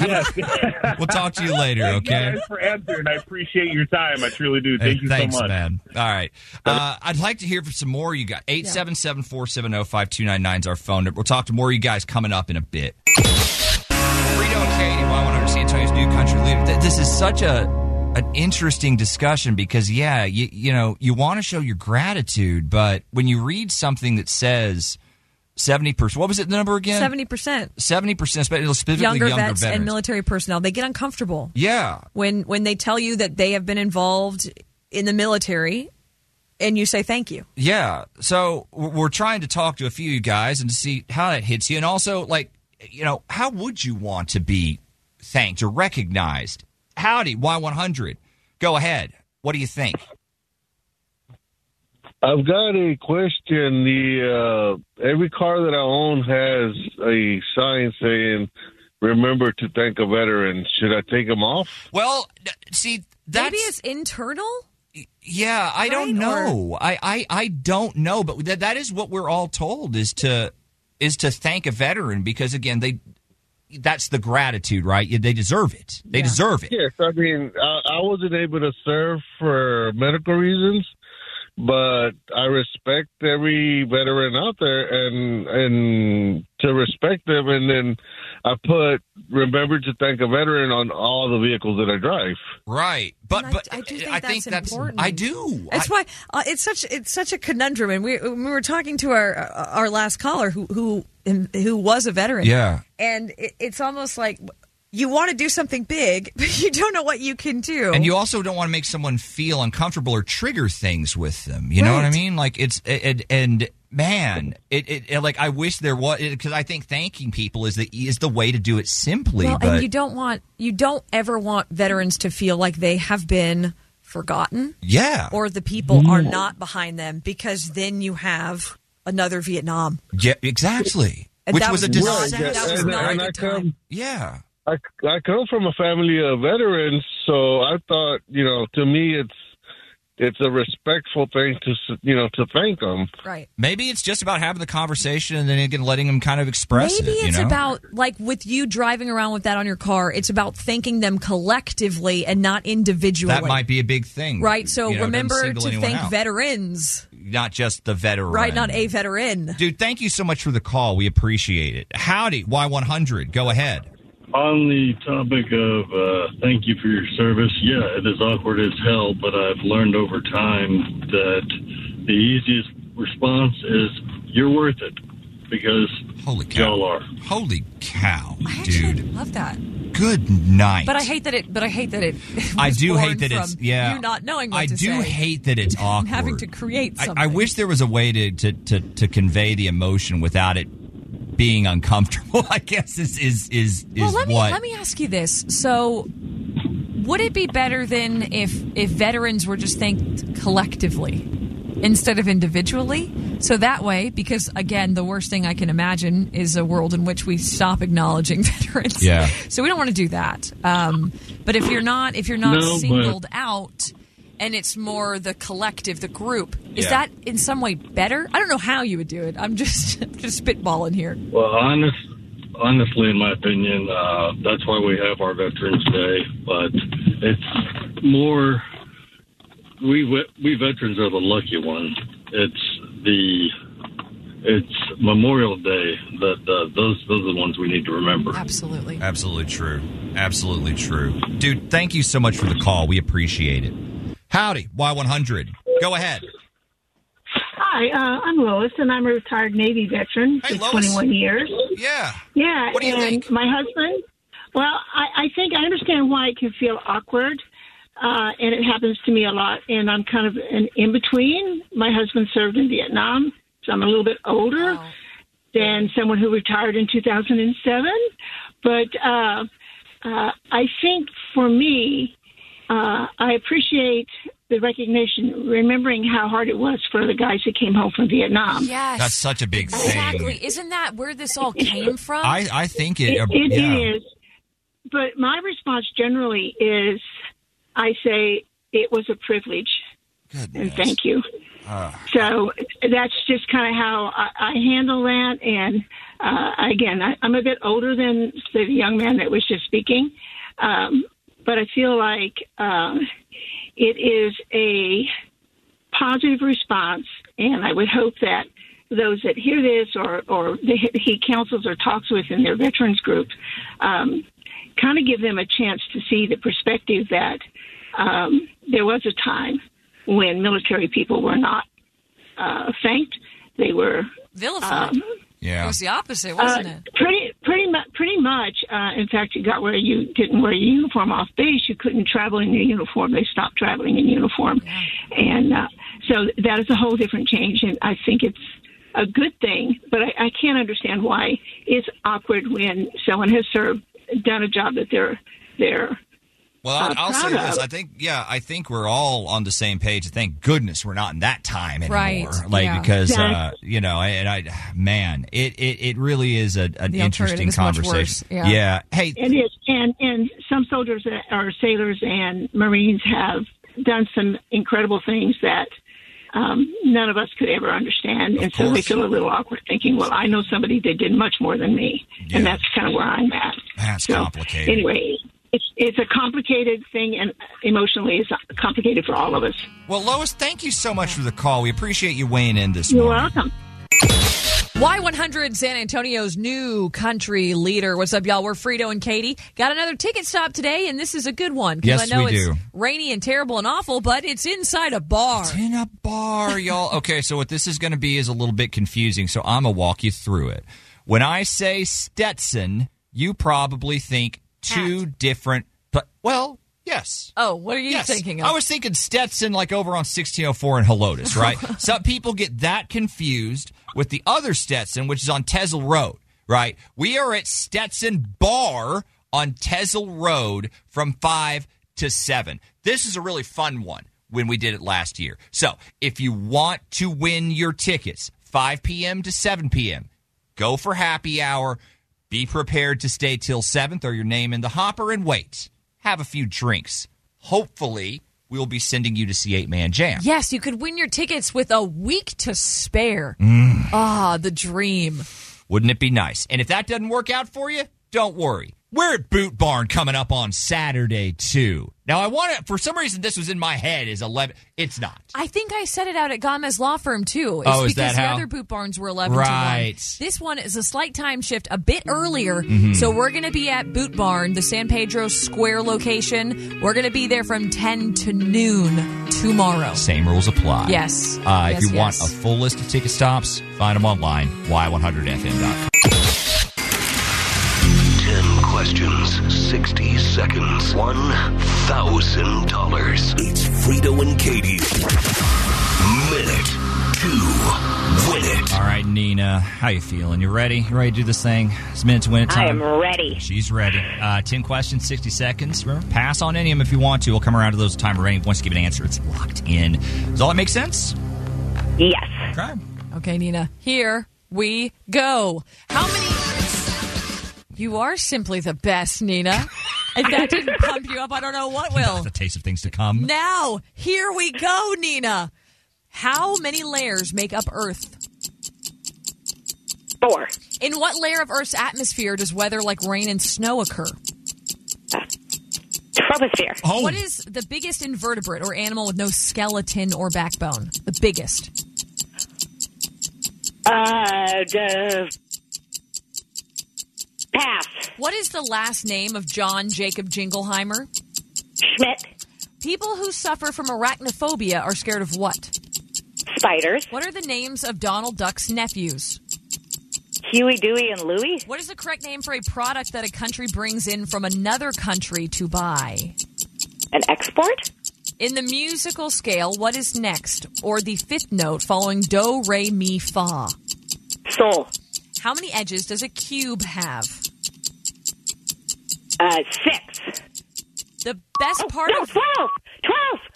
[SPEAKER 4] [LAUGHS] we'll talk to you later.
[SPEAKER 23] Thank you
[SPEAKER 4] Okay.
[SPEAKER 23] guys for answering. I appreciate your time. I truly do. Thank
[SPEAKER 4] Hey,
[SPEAKER 23] you
[SPEAKER 4] thanks,
[SPEAKER 23] so much.
[SPEAKER 4] man. All right. Uh, I'd like to hear from some more. You got 877 470 5299 is our phone number. We'll talk to more of you guys coming up in a bit. Frito and Katie, Y100 San Antonio's new country leader. Th- This is such a an interesting discussion because, yeah, you, you know, you want to show your gratitude, but when you read something that says 70%, what was it, the number again?
[SPEAKER 5] Seventy percent
[SPEAKER 4] 70%, specifically
[SPEAKER 5] younger,
[SPEAKER 4] younger,
[SPEAKER 5] vets and military personnel they get uncomfortable
[SPEAKER 4] yeah.
[SPEAKER 5] when when they tell you that they have been involved in the military, and you say thank you.
[SPEAKER 4] Yeah. So we're we're trying to talk to a few of you guys and to see how that hits you. And also, like, you know, how would you want to be thanked or recognized? Howdy, Y100. Go ahead. What do you think?
[SPEAKER 22] I've got a question. The uh, every car that I own has a sign saying "Remember to thank a veteran." Should I take them off?
[SPEAKER 4] Well, see, that's
[SPEAKER 5] maybe it's internal.
[SPEAKER 4] Yeah, I don't know. I, I I don't know, but that that is what we're all told is to is to thank a veteran because again, they that's the gratitude, right? They deserve it. They deserve it.
[SPEAKER 22] Yes, I mean I, I wasn't able to serve for medical reasons, but I respect every veteran out there, and and to respect them, and then I put "Remember to thank a veteran" on all the vehicles that I drive.
[SPEAKER 4] Right. But but I,
[SPEAKER 5] do think
[SPEAKER 4] I
[SPEAKER 5] that's
[SPEAKER 4] think that's
[SPEAKER 5] important.
[SPEAKER 4] I do.
[SPEAKER 5] That's why uh, it's such it's such a conundrum. And we when we were talking to our uh, our last caller who who who was a veteran.
[SPEAKER 4] Yeah.
[SPEAKER 5] and it, it's almost like you want to do something big, [LAUGHS] but you don't know what you can do.
[SPEAKER 4] And you also don't want to make someone feel uncomfortable or trigger things with them. You know what I
[SPEAKER 5] Right.
[SPEAKER 4] mean? Like it's and and man, it, it, it- like I wish there was because I think thanking people is the is the way to do it simply.
[SPEAKER 5] well,
[SPEAKER 4] but
[SPEAKER 5] and you don't want you don't ever want veterans to feel like they have been forgotten.
[SPEAKER 4] Yeah.
[SPEAKER 5] or the people are
[SPEAKER 4] No.
[SPEAKER 5] not behind them because then you have another Vietnam.
[SPEAKER 4] yeah, exactly.
[SPEAKER 5] And
[SPEAKER 4] Which
[SPEAKER 5] that
[SPEAKER 4] was, a
[SPEAKER 5] was not-
[SPEAKER 4] disaster.
[SPEAKER 5] that was
[SPEAKER 22] And-
[SPEAKER 5] not
[SPEAKER 22] and
[SPEAKER 5] a
[SPEAKER 22] I
[SPEAKER 5] good
[SPEAKER 22] come-
[SPEAKER 4] Yeah.
[SPEAKER 22] I, I come from a family of veterans, so I thought, you know, to me, it's it's a respectful thing to s- you know to thank them.
[SPEAKER 5] Right.
[SPEAKER 4] Maybe it's just about having the conversation and then again letting them kind of express
[SPEAKER 5] Maybe
[SPEAKER 4] it. you
[SPEAKER 5] it's
[SPEAKER 4] know?
[SPEAKER 5] about like with you driving around with that on your car. It's about thanking them collectively and not individually.
[SPEAKER 4] that might be a big thing,
[SPEAKER 5] right. So
[SPEAKER 4] You know, it doesn't
[SPEAKER 5] remember
[SPEAKER 4] single
[SPEAKER 5] to
[SPEAKER 4] anyone
[SPEAKER 5] thank
[SPEAKER 4] out.
[SPEAKER 5] veterans,
[SPEAKER 4] not just the veteran,
[SPEAKER 5] right? Not a veteran.
[SPEAKER 4] Dude, thank you so much for the call. We appreciate it. Howdy, Y100. Go ahead.
[SPEAKER 25] on the topic of uh, thank you for your service, yeah, it is awkward as hell, but I've learned over time that the easiest response is you're worth it because
[SPEAKER 4] Holy cow.
[SPEAKER 25] y'all are.
[SPEAKER 4] Holy cow, dude.
[SPEAKER 5] Love that.
[SPEAKER 4] Good night.
[SPEAKER 5] But I hate that it. But I hate that it.
[SPEAKER 4] I
[SPEAKER 5] was
[SPEAKER 4] do
[SPEAKER 5] born
[SPEAKER 4] hate
[SPEAKER 5] [LAUGHS]
[SPEAKER 4] that
[SPEAKER 5] from
[SPEAKER 4] it's yeah.
[SPEAKER 5] You not knowing what
[SPEAKER 4] I
[SPEAKER 5] to
[SPEAKER 4] do
[SPEAKER 5] say.
[SPEAKER 4] hate that it's
[SPEAKER 5] I'm
[SPEAKER 4] awkward.
[SPEAKER 5] [LAUGHS] having to create
[SPEAKER 4] I,
[SPEAKER 5] something.
[SPEAKER 4] I wish there was a way to, to, to, to convey the emotion without it being uncomfortable. [LAUGHS] I guess is is is, is
[SPEAKER 5] well, let me
[SPEAKER 4] what
[SPEAKER 5] let me ask you this. So, would it be better than if if veterans were just thanked collectively instead of individually? So that way, because again, the worst thing I can imagine is a world in which we stop acknowledging [LAUGHS] veterans.
[SPEAKER 7] Yeah.
[SPEAKER 5] So we don't want to do that. Um, but if you're not if you're not
[SPEAKER 7] No, but-
[SPEAKER 5] singled out. And it's more the collective, the group. Is
[SPEAKER 25] Yeah.
[SPEAKER 5] that in some way better? I don't know how you would do it. I'm just [LAUGHS] just spitballing here.
[SPEAKER 25] Well, honest, honestly, in my opinion, uh, that's why we have our Veterans Day. But it's more we ve- we veterans are the lucky ones. It's the it's Memorial Day that uh, those those are the ones we need to remember.
[SPEAKER 5] Absolutely.
[SPEAKER 4] Absolutely true. Absolutely true. Dude, thank you so much for the call. We appreciate it. Howdy, Y100. Go ahead.
[SPEAKER 24] Hi, uh, I'm Lois, and I'm a retired Navy veteran
[SPEAKER 4] Hey,
[SPEAKER 24] for
[SPEAKER 4] Lois.
[SPEAKER 24] 21 years.
[SPEAKER 4] Yeah.
[SPEAKER 24] Yeah.
[SPEAKER 4] What do you
[SPEAKER 24] and
[SPEAKER 4] think?
[SPEAKER 24] My husband. Well, I, I think I understand why it can feel awkward, uh, and it happens to me a lot. And I'm kind of an in between. My husband served in Vietnam, so I'm a little bit older than someone who retired in 2007. But uh, uh, I think for me, uh, I appreciate the recognition, remembering how hard it was for the guys who came home from Vietnam.
[SPEAKER 5] Yes.
[SPEAKER 4] That's such a big thing.
[SPEAKER 5] Exactly. Isn't that where this all came from?
[SPEAKER 4] I, I think it, uh,
[SPEAKER 24] It is,
[SPEAKER 4] yeah.
[SPEAKER 24] But my response generally is I say it was a privilege. And thank you.
[SPEAKER 4] Ah.
[SPEAKER 24] So that's just kind of how I, I handle that. And uh, again, I, I'm a bit older than the young man that was just speaking, um, but I feel like um, it is a positive response. And I would hope that those that hear this or, or the, he counsels or talks with in their veterans group um, kind of give them a chance to see the perspective that um, there was a time when military people were not uh, thanked; they were
[SPEAKER 5] Vilified.
[SPEAKER 24] um,
[SPEAKER 5] Uh-huh. It
[SPEAKER 4] yeah.
[SPEAKER 5] was the opposite,
[SPEAKER 24] Uh,
[SPEAKER 5] wasn't it?
[SPEAKER 24] pretty pretty much. Pretty much. Uh, in fact, it got where you didn't wear your uniform off base. You couldn't travel in your uniform. They stopped traveling in uniform, and uh, so that is a whole different change. And I think it's a good thing, but I, I can't understand why it's awkward when someone has served, done a job that they're they're
[SPEAKER 4] Well, I-
[SPEAKER 24] uh,
[SPEAKER 4] I'll say
[SPEAKER 24] proud
[SPEAKER 4] this.
[SPEAKER 24] of.
[SPEAKER 4] I think, yeah, I think we're all on the same page. Thank goodness we're not in that time
[SPEAKER 24] Right,
[SPEAKER 4] anymore. Like
[SPEAKER 24] yeah.
[SPEAKER 4] because uh,
[SPEAKER 24] Exactly.
[SPEAKER 4] you know, and I, man, it it, it really is a, an
[SPEAKER 24] The alternative
[SPEAKER 4] interesting
[SPEAKER 24] is much
[SPEAKER 4] conversation.
[SPEAKER 24] worse, yeah.
[SPEAKER 4] yeah. Hey,
[SPEAKER 24] It is, and and some soldiers or sailors and Marines have done some incredible things that um, none of us could ever understand, and so we
[SPEAKER 4] course.
[SPEAKER 24] feel a little awkward thinking, "Well, I know somebody that did much more than me," and that's kind of where I'm at.
[SPEAKER 4] that's
[SPEAKER 24] So,
[SPEAKER 4] complicated.
[SPEAKER 24] Anyway, it's it's a complicated thing, and emotionally, it's complicated for all of us.
[SPEAKER 4] Well, Lois, thank you so much for the call. We appreciate you weighing in this
[SPEAKER 24] You're
[SPEAKER 4] morning.
[SPEAKER 24] welcome.
[SPEAKER 5] Y100 San Antonio's new country leader. What's up, y'all? We're Frito and Katie. Got another ticket stop today, and this is a good one. 'cause
[SPEAKER 4] Yes,
[SPEAKER 5] I know
[SPEAKER 4] we
[SPEAKER 5] it's
[SPEAKER 4] do.
[SPEAKER 5] rainy and terrible and awful, but it's inside a bar. It's
[SPEAKER 4] in a bar, y'all. Okay, so what this is going to be is a little bit confusing, so I'm going to walk you through it. When I say Stetson, you probably think two different. But, well, yes.
[SPEAKER 5] Oh, what are you
[SPEAKER 4] Yes.
[SPEAKER 5] thinking of?
[SPEAKER 4] I was thinking Stetson, like over on 1604 in Helotus, right? Some people get that confused with the other Stetson, which is on Tesla Road, right? We are at Stetson Bar on Tesla Road from 5 to 7. This is a really fun one when we did it last year. So if you want to win your tickets, 5 p.m. to 7 p.m., go for happy hour. Be prepared to stay till 7th or your name in the hopper and wait. Have a few drinks. Hopefully, we'll be sending you to see 8 Man Jam.
[SPEAKER 5] Yes, you could win your tickets with a week to spare.
[SPEAKER 4] Mm.
[SPEAKER 5] Ah, the dream.
[SPEAKER 4] Wouldn't it be nice? And if that doesn't work out for you, don't worry. We're at Boot Barn coming up on Saturday too. Now I want to. For some reason, this was in my head as eleven. It's not.
[SPEAKER 5] I think I said it out at Gomez Law Firm too. It's
[SPEAKER 4] Oh, is
[SPEAKER 5] because
[SPEAKER 4] that
[SPEAKER 5] the
[SPEAKER 4] how?
[SPEAKER 5] other boot barns were eleven
[SPEAKER 4] Right.
[SPEAKER 5] to one. This one is a slight time shift, a bit earlier.
[SPEAKER 4] Mhm.
[SPEAKER 5] So we're going to be at Boot Barn, the San Pedro Square location. We're going to be there from ten to noon tomorrow.
[SPEAKER 4] Same rules apply.
[SPEAKER 5] Yes.
[SPEAKER 4] Uh,
[SPEAKER 5] Yes,
[SPEAKER 4] if you want
[SPEAKER 5] yes.
[SPEAKER 4] a full list of ticket stops, find them online. Y100FM.com.
[SPEAKER 1] 10 questions, 60 seconds, $1,000. It's Frito and Katie. Minute to win it.
[SPEAKER 4] All right, Nina, how you feeling? You ready? You ready to do this thing? It's minute to win it
[SPEAKER 7] I
[SPEAKER 4] time.
[SPEAKER 7] am ready.
[SPEAKER 4] She's ready. Uh, 10 questions, 60 seconds. Remember, pass on any of them if you want to. We'll come around to those time remaining. Once you give an answer, it's locked in. Does all that make sense?
[SPEAKER 7] Yes.
[SPEAKER 4] Okay.
[SPEAKER 5] Okay, Nina. Here we go. How many? You are simply the best, Nina. If that didn't pump you up, I don't know what will.
[SPEAKER 4] The taste of things to come.
[SPEAKER 5] Now, here we go, Nina. How many layers make up Earth?
[SPEAKER 7] Four.
[SPEAKER 5] In what layer of Earth's atmosphere does weather like rain and snow occur?
[SPEAKER 7] Troposphere.
[SPEAKER 5] What is the biggest invertebrate or animal with no skeleton or backbone? The biggest.
[SPEAKER 7] Uh, duh. Pass.
[SPEAKER 5] What is the last name of John Jacob Jingleheimer?
[SPEAKER 7] Schmidt.
[SPEAKER 5] People who suffer from arachnophobia are scared of what?
[SPEAKER 7] Spiders.
[SPEAKER 5] What are the names of Donald Duck's nephews?
[SPEAKER 7] Huey, Dewey, and Louie.
[SPEAKER 5] What is the correct name for a product that a country brings in from another country to buy?
[SPEAKER 7] An export?
[SPEAKER 5] In the musical scale, what is next, or the fifth note following do, re, mi, fa?
[SPEAKER 7] Sol.
[SPEAKER 5] How many edges does a cube have?
[SPEAKER 7] Uh, six. Oh,
[SPEAKER 5] The best part of
[SPEAKER 7] twelve. Twelve.
[SPEAKER 5] [LAUGHS]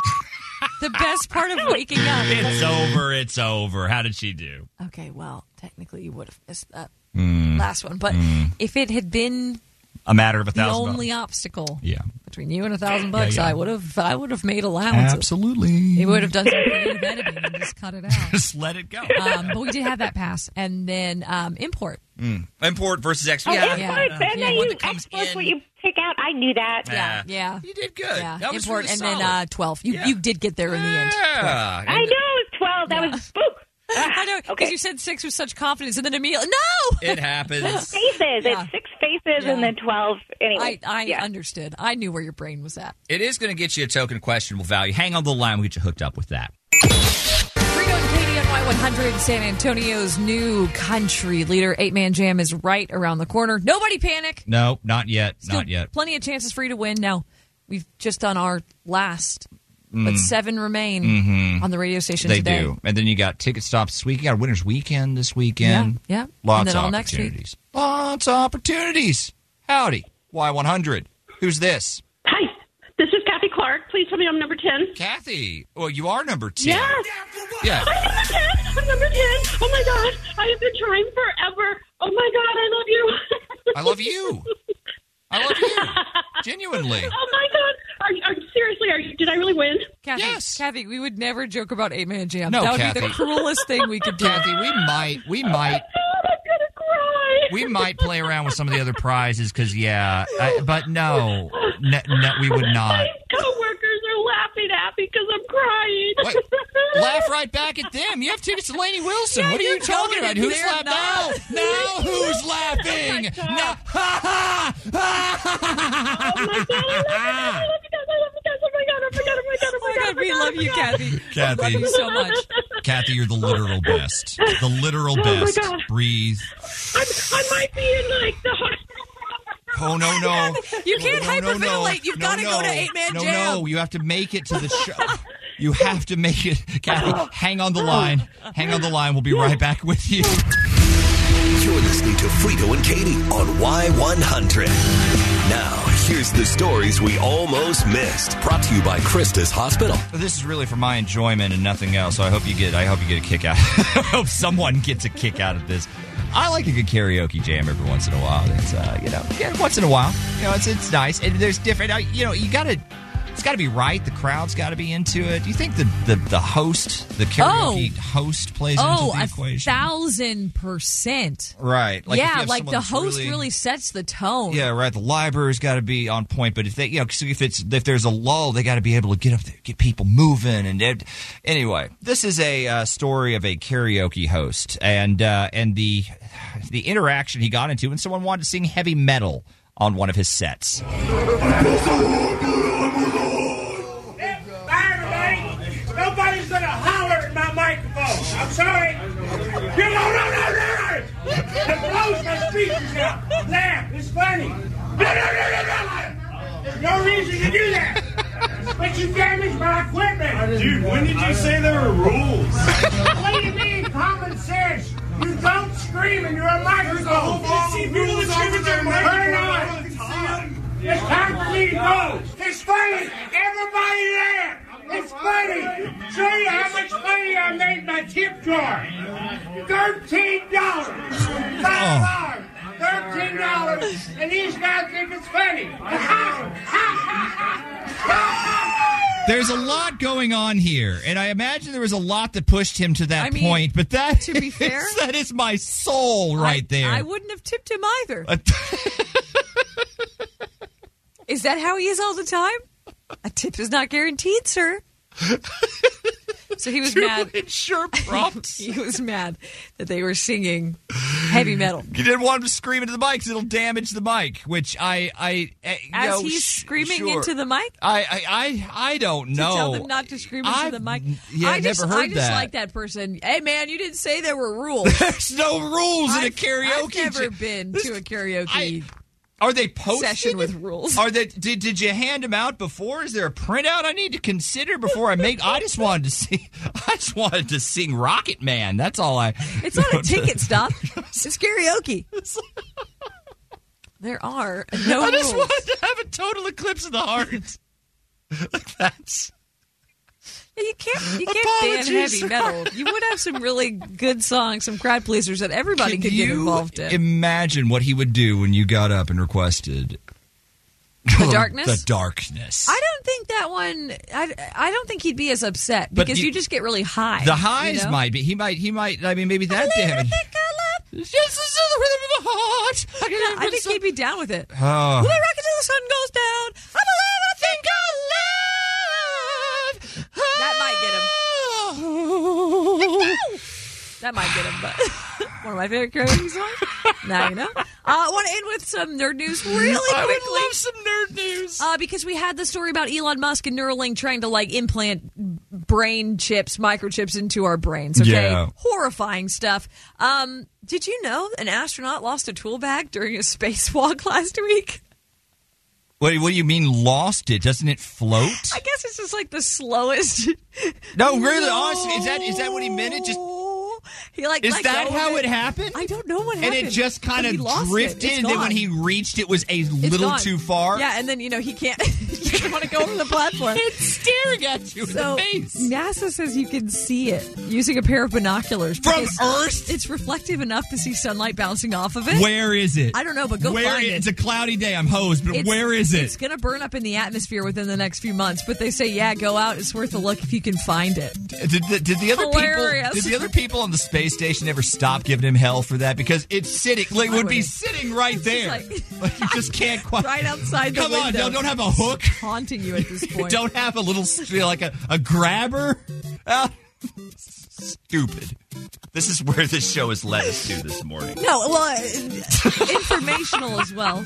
[SPEAKER 5] The best part of waking up.
[SPEAKER 4] It's over. It's over. How did she do?
[SPEAKER 5] Okay, well, technically you would have missed that
[SPEAKER 4] Mm.
[SPEAKER 5] last one, but
[SPEAKER 4] Mm.
[SPEAKER 5] if it had been
[SPEAKER 4] A matter of a
[SPEAKER 5] the
[SPEAKER 4] thousand.
[SPEAKER 5] only obstacle
[SPEAKER 4] Yeah.
[SPEAKER 5] between you and a thousand bucks,
[SPEAKER 4] yeah.
[SPEAKER 5] I would have, I would have made allowances. [LAUGHS]
[SPEAKER 4] Absolutely.
[SPEAKER 5] He would have done some creative editing and just cut it out.
[SPEAKER 4] Just let it [LAUGHS] go.
[SPEAKER 5] Um, but we did have that pass, and then um, import.
[SPEAKER 4] Mm. Import versus export.
[SPEAKER 7] Oh,
[SPEAKER 4] Yeah.
[SPEAKER 7] it's good. Then
[SPEAKER 5] Yeah,
[SPEAKER 7] you
[SPEAKER 5] one
[SPEAKER 7] export's what you pick out. I knew that.
[SPEAKER 4] Yeah.
[SPEAKER 5] Yeah,
[SPEAKER 4] you did good.
[SPEAKER 5] Yeah,
[SPEAKER 7] That was
[SPEAKER 5] import,
[SPEAKER 7] really
[SPEAKER 5] and then
[SPEAKER 7] solid.
[SPEAKER 5] uh, twelve. You you did get there in the end.
[SPEAKER 4] Yeah.
[SPEAKER 7] I know it was twelve. That was boop.
[SPEAKER 4] Ah,
[SPEAKER 5] I know because you said six with such confidence, and then immediately, no, [LAUGHS]
[SPEAKER 4] It happens.
[SPEAKER 7] Faces. It's six faces and then twelve. Anyway,
[SPEAKER 5] I, I understood. I knew where your brain was at.
[SPEAKER 4] It is going to get you a token questionable value. Hang on the line. We'll get you hooked up with that.
[SPEAKER 5] KDNY 100, San Antonio's new country leader eight man jam is right around the corner. Nobody panic.
[SPEAKER 4] No, not yet. not yet.
[SPEAKER 5] Plenty of chances for you to win. Now, we've just done our last, but
[SPEAKER 4] Mm.
[SPEAKER 5] seven remain
[SPEAKER 4] Mhm.
[SPEAKER 5] on the radio station
[SPEAKER 4] They
[SPEAKER 5] today.
[SPEAKER 4] do. And then you got ticket stops this week. You got Winners Weekend this weekend.
[SPEAKER 5] Yeah, yeah.
[SPEAKER 4] Lots
[SPEAKER 5] And then
[SPEAKER 4] of
[SPEAKER 5] all next week.
[SPEAKER 4] opportunities. Lots of opportunities. Howdy. Y100. Who's this?
[SPEAKER 8] Hi, this is Kathy Clark. Please tell me I'm number 10.
[SPEAKER 4] Kathy. Well, you are number 10.
[SPEAKER 8] Yes.
[SPEAKER 4] Yeah.
[SPEAKER 8] I'm number 10. I'm number 10. Oh my God. I have been trying forever. Oh my God. I love you.
[SPEAKER 4] I love you. I love you.
[SPEAKER 8] [LAUGHS]
[SPEAKER 4] Genuinely.
[SPEAKER 8] Oh my God. Are, are, seriously, are you, did I really win?
[SPEAKER 5] Kathy, Kathy, we would never joke about eight man jam.
[SPEAKER 4] No,
[SPEAKER 5] that would be
[SPEAKER 4] Kathy.
[SPEAKER 5] the cruelest thing we could do.
[SPEAKER 4] Kathy, we might,
[SPEAKER 8] [LAUGHS]
[SPEAKER 4] we might,
[SPEAKER 8] Oh,
[SPEAKER 4] we might play around with some of the other prizes because, yeah, I, but no, no, no, we would
[SPEAKER 8] [LAUGHS]
[SPEAKER 4] not.
[SPEAKER 8] Coworkers are laughing at me because I'm crying. [LAUGHS]
[SPEAKER 4] Laugh right back at them. You have tickets to Laney Wilson.
[SPEAKER 8] Yeah,
[SPEAKER 4] what are you
[SPEAKER 8] you're going
[SPEAKER 4] talking about?
[SPEAKER 8] in
[SPEAKER 4] Who's
[SPEAKER 8] there
[SPEAKER 4] laughing now?
[SPEAKER 8] now.
[SPEAKER 4] [LAUGHS] Now
[SPEAKER 8] [LAUGHS] Oh
[SPEAKER 4] who's laughing? Now, [LAUGHS] ha ha ha!
[SPEAKER 8] Oh my God. oh I love you guys. I love you guys. I love you guys. Oh my God. Oh my God. Oh my God. Oh my God.
[SPEAKER 5] We love you, Kathy.
[SPEAKER 4] [LAUGHS] Kathy.
[SPEAKER 5] Love you so much.
[SPEAKER 4] Kathy, you're the literal best. The literal
[SPEAKER 8] Oh, my
[SPEAKER 4] best.
[SPEAKER 8] God.
[SPEAKER 4] Breathe.
[SPEAKER 8] [LAUGHS] I'm, I might be in like the hospital.
[SPEAKER 4] Oh no no!
[SPEAKER 8] You can't
[SPEAKER 4] no, no, no.
[SPEAKER 8] hyperventilate. You've
[SPEAKER 4] No,
[SPEAKER 8] gotta go to
[SPEAKER 4] no.
[SPEAKER 8] eight-man
[SPEAKER 4] no,
[SPEAKER 8] jam.
[SPEAKER 4] No, you have to make it to
[SPEAKER 8] [LAUGHS]
[SPEAKER 4] the show. You have to make it, Kathy.
[SPEAKER 8] Oh.
[SPEAKER 4] Hang on the line. Hang on the line. We'll be right back with you.
[SPEAKER 1] You're listening to Frito and Katie on Y100. Now, here's the stories we almost missed. Brought to you by Christus Hospital.
[SPEAKER 4] This is really for my enjoyment and nothing else. So I hope you get. I hope you get a kick out. [LAUGHS] I hope someone gets a kick out of this. I like a good karaoke jam every once in a while. It's uh, you know, yeah, once in a while. You know, it's it's nice. And there's different. uh, You know, you gotta It's got to be right. The crowd's got to be into it. Do you think the, the, the host, the karaoke
[SPEAKER 5] Oh.
[SPEAKER 4] host, plays
[SPEAKER 5] oh,
[SPEAKER 4] into the
[SPEAKER 5] a
[SPEAKER 4] equation?
[SPEAKER 5] thousand percent.
[SPEAKER 4] Right. if you
[SPEAKER 5] yeah,
[SPEAKER 4] have
[SPEAKER 5] like
[SPEAKER 4] someone
[SPEAKER 5] the
[SPEAKER 4] that's
[SPEAKER 5] host really, sets the tone.
[SPEAKER 4] Yeah, right. The library's got to be on point, but if they, you know, 'cause if it's if there's a lull, they got to be able to get up, there, get people moving, and it- anyway, this is a uh, story of a karaoke host and uh, and the the interaction he got into when someone wanted to sing heavy metal on one of his sets.
[SPEAKER 2] Nobody's gonna holler at my microphone. I'm sorry. You no, no, no, no, no. It blows my speeches out. Laugh. It's funny. No, no, no, no, no. There's no reason to do that. But you damaged my equipment.
[SPEAKER 8] Dude, when did you say there were rules?
[SPEAKER 2] what do you mean, common sense? You don't scream into a microphone.
[SPEAKER 8] whole See, people that scream into their
[SPEAKER 2] Turn
[SPEAKER 8] microphone
[SPEAKER 2] on. It's time for me to go. It's funny. Everybody there. It's funny. Show you how much money I made my tip jar. Thirteen dollars. Five dollars. Thirteen dollars. And these guys think
[SPEAKER 4] [LAUGHS]
[SPEAKER 2] it's funny.
[SPEAKER 4] There's a lot going on here, and I imagine there was a lot that pushed him to that point. But that to be fair, that [LAUGHS] is my soul right there.
[SPEAKER 5] I wouldn't have tipped him either.
[SPEAKER 4] A [LAUGHS]
[SPEAKER 5] is that how he is all the time? A tip is not guaranteed, sir. so he was
[SPEAKER 4] Dude,
[SPEAKER 5] mad. [LAUGHS]
[SPEAKER 4] It sure prompts.
[SPEAKER 5] he was mad that they were singing heavy metal.
[SPEAKER 4] You didn't want him to scream into the mic 'cause it'll damage the mic, which I, I, eh, you
[SPEAKER 5] As
[SPEAKER 4] know,
[SPEAKER 5] he's
[SPEAKER 4] sh-
[SPEAKER 5] screaming
[SPEAKER 4] sure.
[SPEAKER 5] into the mic?
[SPEAKER 4] I, I, I, I don't know.
[SPEAKER 5] To tell them not to scream into
[SPEAKER 4] I've
[SPEAKER 5] the mic.
[SPEAKER 4] n- yeah,
[SPEAKER 5] I just,
[SPEAKER 4] never heard
[SPEAKER 5] I just
[SPEAKER 4] that.
[SPEAKER 5] like that person. Hey, man, you didn't say there were rules.
[SPEAKER 4] [LAUGHS] There's no rules in a karaoke.
[SPEAKER 5] I've never
[SPEAKER 4] ja-
[SPEAKER 5] been to a karaoke.
[SPEAKER 4] Are they posted?
[SPEAKER 5] Session with rules.
[SPEAKER 4] Are they? Did did you hand them out before? Is there a printout I need to consider before I make? I just wanted to see. [LAUGHS] I just wanted to sing Rocket Man. That's all I.
[SPEAKER 5] It's not
[SPEAKER 4] [LAUGHS]
[SPEAKER 5] a ticket stop. It's karaoke. There are no
[SPEAKER 4] I just
[SPEAKER 5] rules.
[SPEAKER 4] wanted to have a total eclipse of the heart. like that's.
[SPEAKER 5] Yeah, You can't you can't ban
[SPEAKER 4] Apologies, [LAUGHS]
[SPEAKER 5] heavy metal. You would have some really good songs, some crowd pleasers that everybody
[SPEAKER 4] Can
[SPEAKER 5] could get involved in.
[SPEAKER 4] Imagine what he would do when you got up and requested the
[SPEAKER 5] darkness?
[SPEAKER 4] The darkness.
[SPEAKER 5] I don't think that one. I, I don't think he'd be as upset
[SPEAKER 4] But
[SPEAKER 5] because you,
[SPEAKER 4] you-
[SPEAKER 5] just get really high.
[SPEAKER 4] The highs
[SPEAKER 5] you know?
[SPEAKER 4] might be. He might. He might. I mean, maybe that damage.
[SPEAKER 5] Yes, this is the rhythm of a heart. I, think he'd be down with it.
[SPEAKER 4] Oh.
[SPEAKER 5] We'll rock it till the sun goes down. I believe I think I love. That might get him. that might get him,
[SPEAKER 4] [SIGHS]
[SPEAKER 5] but one of my favorite karaoke songs.
[SPEAKER 4] [LAUGHS]
[SPEAKER 5] now you know. Uh, I want to end with some nerd news really quickly.
[SPEAKER 4] I would love some nerd news.
[SPEAKER 5] Uh, because we had the story about Elon Musk and Neuralink trying to like implant brain chips, microchips into our brains. Okay,
[SPEAKER 4] Yeah.
[SPEAKER 5] horrifying stuff. Um, did you know an astronaut lost a tool bag during a spacewalk [LAUGHS] last week?
[SPEAKER 4] What, what do you mean? Lost it? Doesn't it float?
[SPEAKER 5] I guess it's just like the slowest.
[SPEAKER 4] No, really. Honestly, is that is that what he meant? It just
[SPEAKER 5] He like
[SPEAKER 4] Is
[SPEAKER 5] let
[SPEAKER 4] that
[SPEAKER 5] go of
[SPEAKER 4] how it happened?
[SPEAKER 5] I don't know what
[SPEAKER 4] and
[SPEAKER 5] happened.
[SPEAKER 4] it just kind
[SPEAKER 5] but he
[SPEAKER 4] of
[SPEAKER 5] lost it.
[SPEAKER 4] drifted.
[SPEAKER 5] It's
[SPEAKER 4] and then when
[SPEAKER 5] gone.
[SPEAKER 4] he reached, it was a
[SPEAKER 5] It's
[SPEAKER 4] little
[SPEAKER 5] gone.
[SPEAKER 4] too far.
[SPEAKER 5] Yeah, and then you know he can't. [LAUGHS] he doesn't want to go over the platform.
[SPEAKER 4] It's staring at you in
[SPEAKER 5] so,
[SPEAKER 4] the face.
[SPEAKER 5] NASA says you can see it using a pair of binoculars
[SPEAKER 4] From
[SPEAKER 5] because
[SPEAKER 4] Earth?
[SPEAKER 5] It's reflective enough to see sunlight bouncing off of it.
[SPEAKER 4] Where is it?
[SPEAKER 5] I don't know, but go
[SPEAKER 4] Where
[SPEAKER 5] find
[SPEAKER 4] i-
[SPEAKER 5] it.
[SPEAKER 4] It's a cloudy day. I'm hosed, but
[SPEAKER 5] It's-
[SPEAKER 4] where is
[SPEAKER 5] It's
[SPEAKER 4] it?
[SPEAKER 5] going to burn up in the atmosphere within the next few months. But they say, yeah, go out. It's worth a look if you can find it.
[SPEAKER 4] Did the, did the other
[SPEAKER 5] Hilarious.
[SPEAKER 4] people? Did the other people on the space station ever stop giving him hell for that? Because it's sitting. Like, would be sitting right there. Like, you just
[SPEAKER 5] [LAUGHS]
[SPEAKER 4] can't quite.
[SPEAKER 5] Right outside the
[SPEAKER 4] Come on,
[SPEAKER 5] window.
[SPEAKER 4] don't- don't have a hook.
[SPEAKER 5] It's haunting you
[SPEAKER 4] [LAUGHS]
[SPEAKER 5] at this point.
[SPEAKER 4] don't have a little s- like a, a grabber. [LAUGHS] Ah, stupid. This is where this show has led us to this morning.
[SPEAKER 5] No, well, uh, informational as well.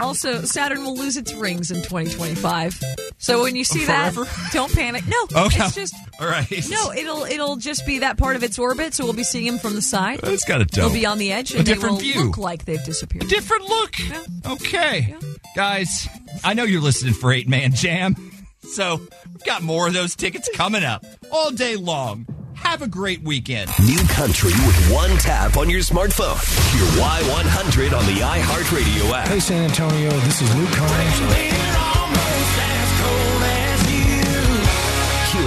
[SPEAKER 5] Also, Saturn will lose its rings in 2025. So when you see
[SPEAKER 4] Forever? Oh,
[SPEAKER 5] that, don't panic. No,
[SPEAKER 4] Okay.
[SPEAKER 5] it's
[SPEAKER 4] [LAUGHS]
[SPEAKER 5] just
[SPEAKER 4] All right.
[SPEAKER 5] no. It'll it'll just be that part of its orbit. So we'll be seeing them from the side.
[SPEAKER 4] That's kinda dope.
[SPEAKER 5] They'll be on the edge
[SPEAKER 4] A
[SPEAKER 5] and they
[SPEAKER 4] different
[SPEAKER 5] will
[SPEAKER 4] view.
[SPEAKER 5] look like they've disappeared.
[SPEAKER 4] different look. Okay. Guys, I know you're listening for Eight Man Jam. So we've got more of those tickets coming up all day long. Have a great weekend.
[SPEAKER 1] New country with one tap on your smartphone. Hear Y100 on the iHeartRadio app.
[SPEAKER 18] Hey, San Antonio, this is Luke Combs.
[SPEAKER 1] Hear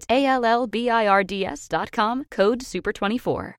[SPEAKER 21] A L L B I R D S dot com, code SUPER24.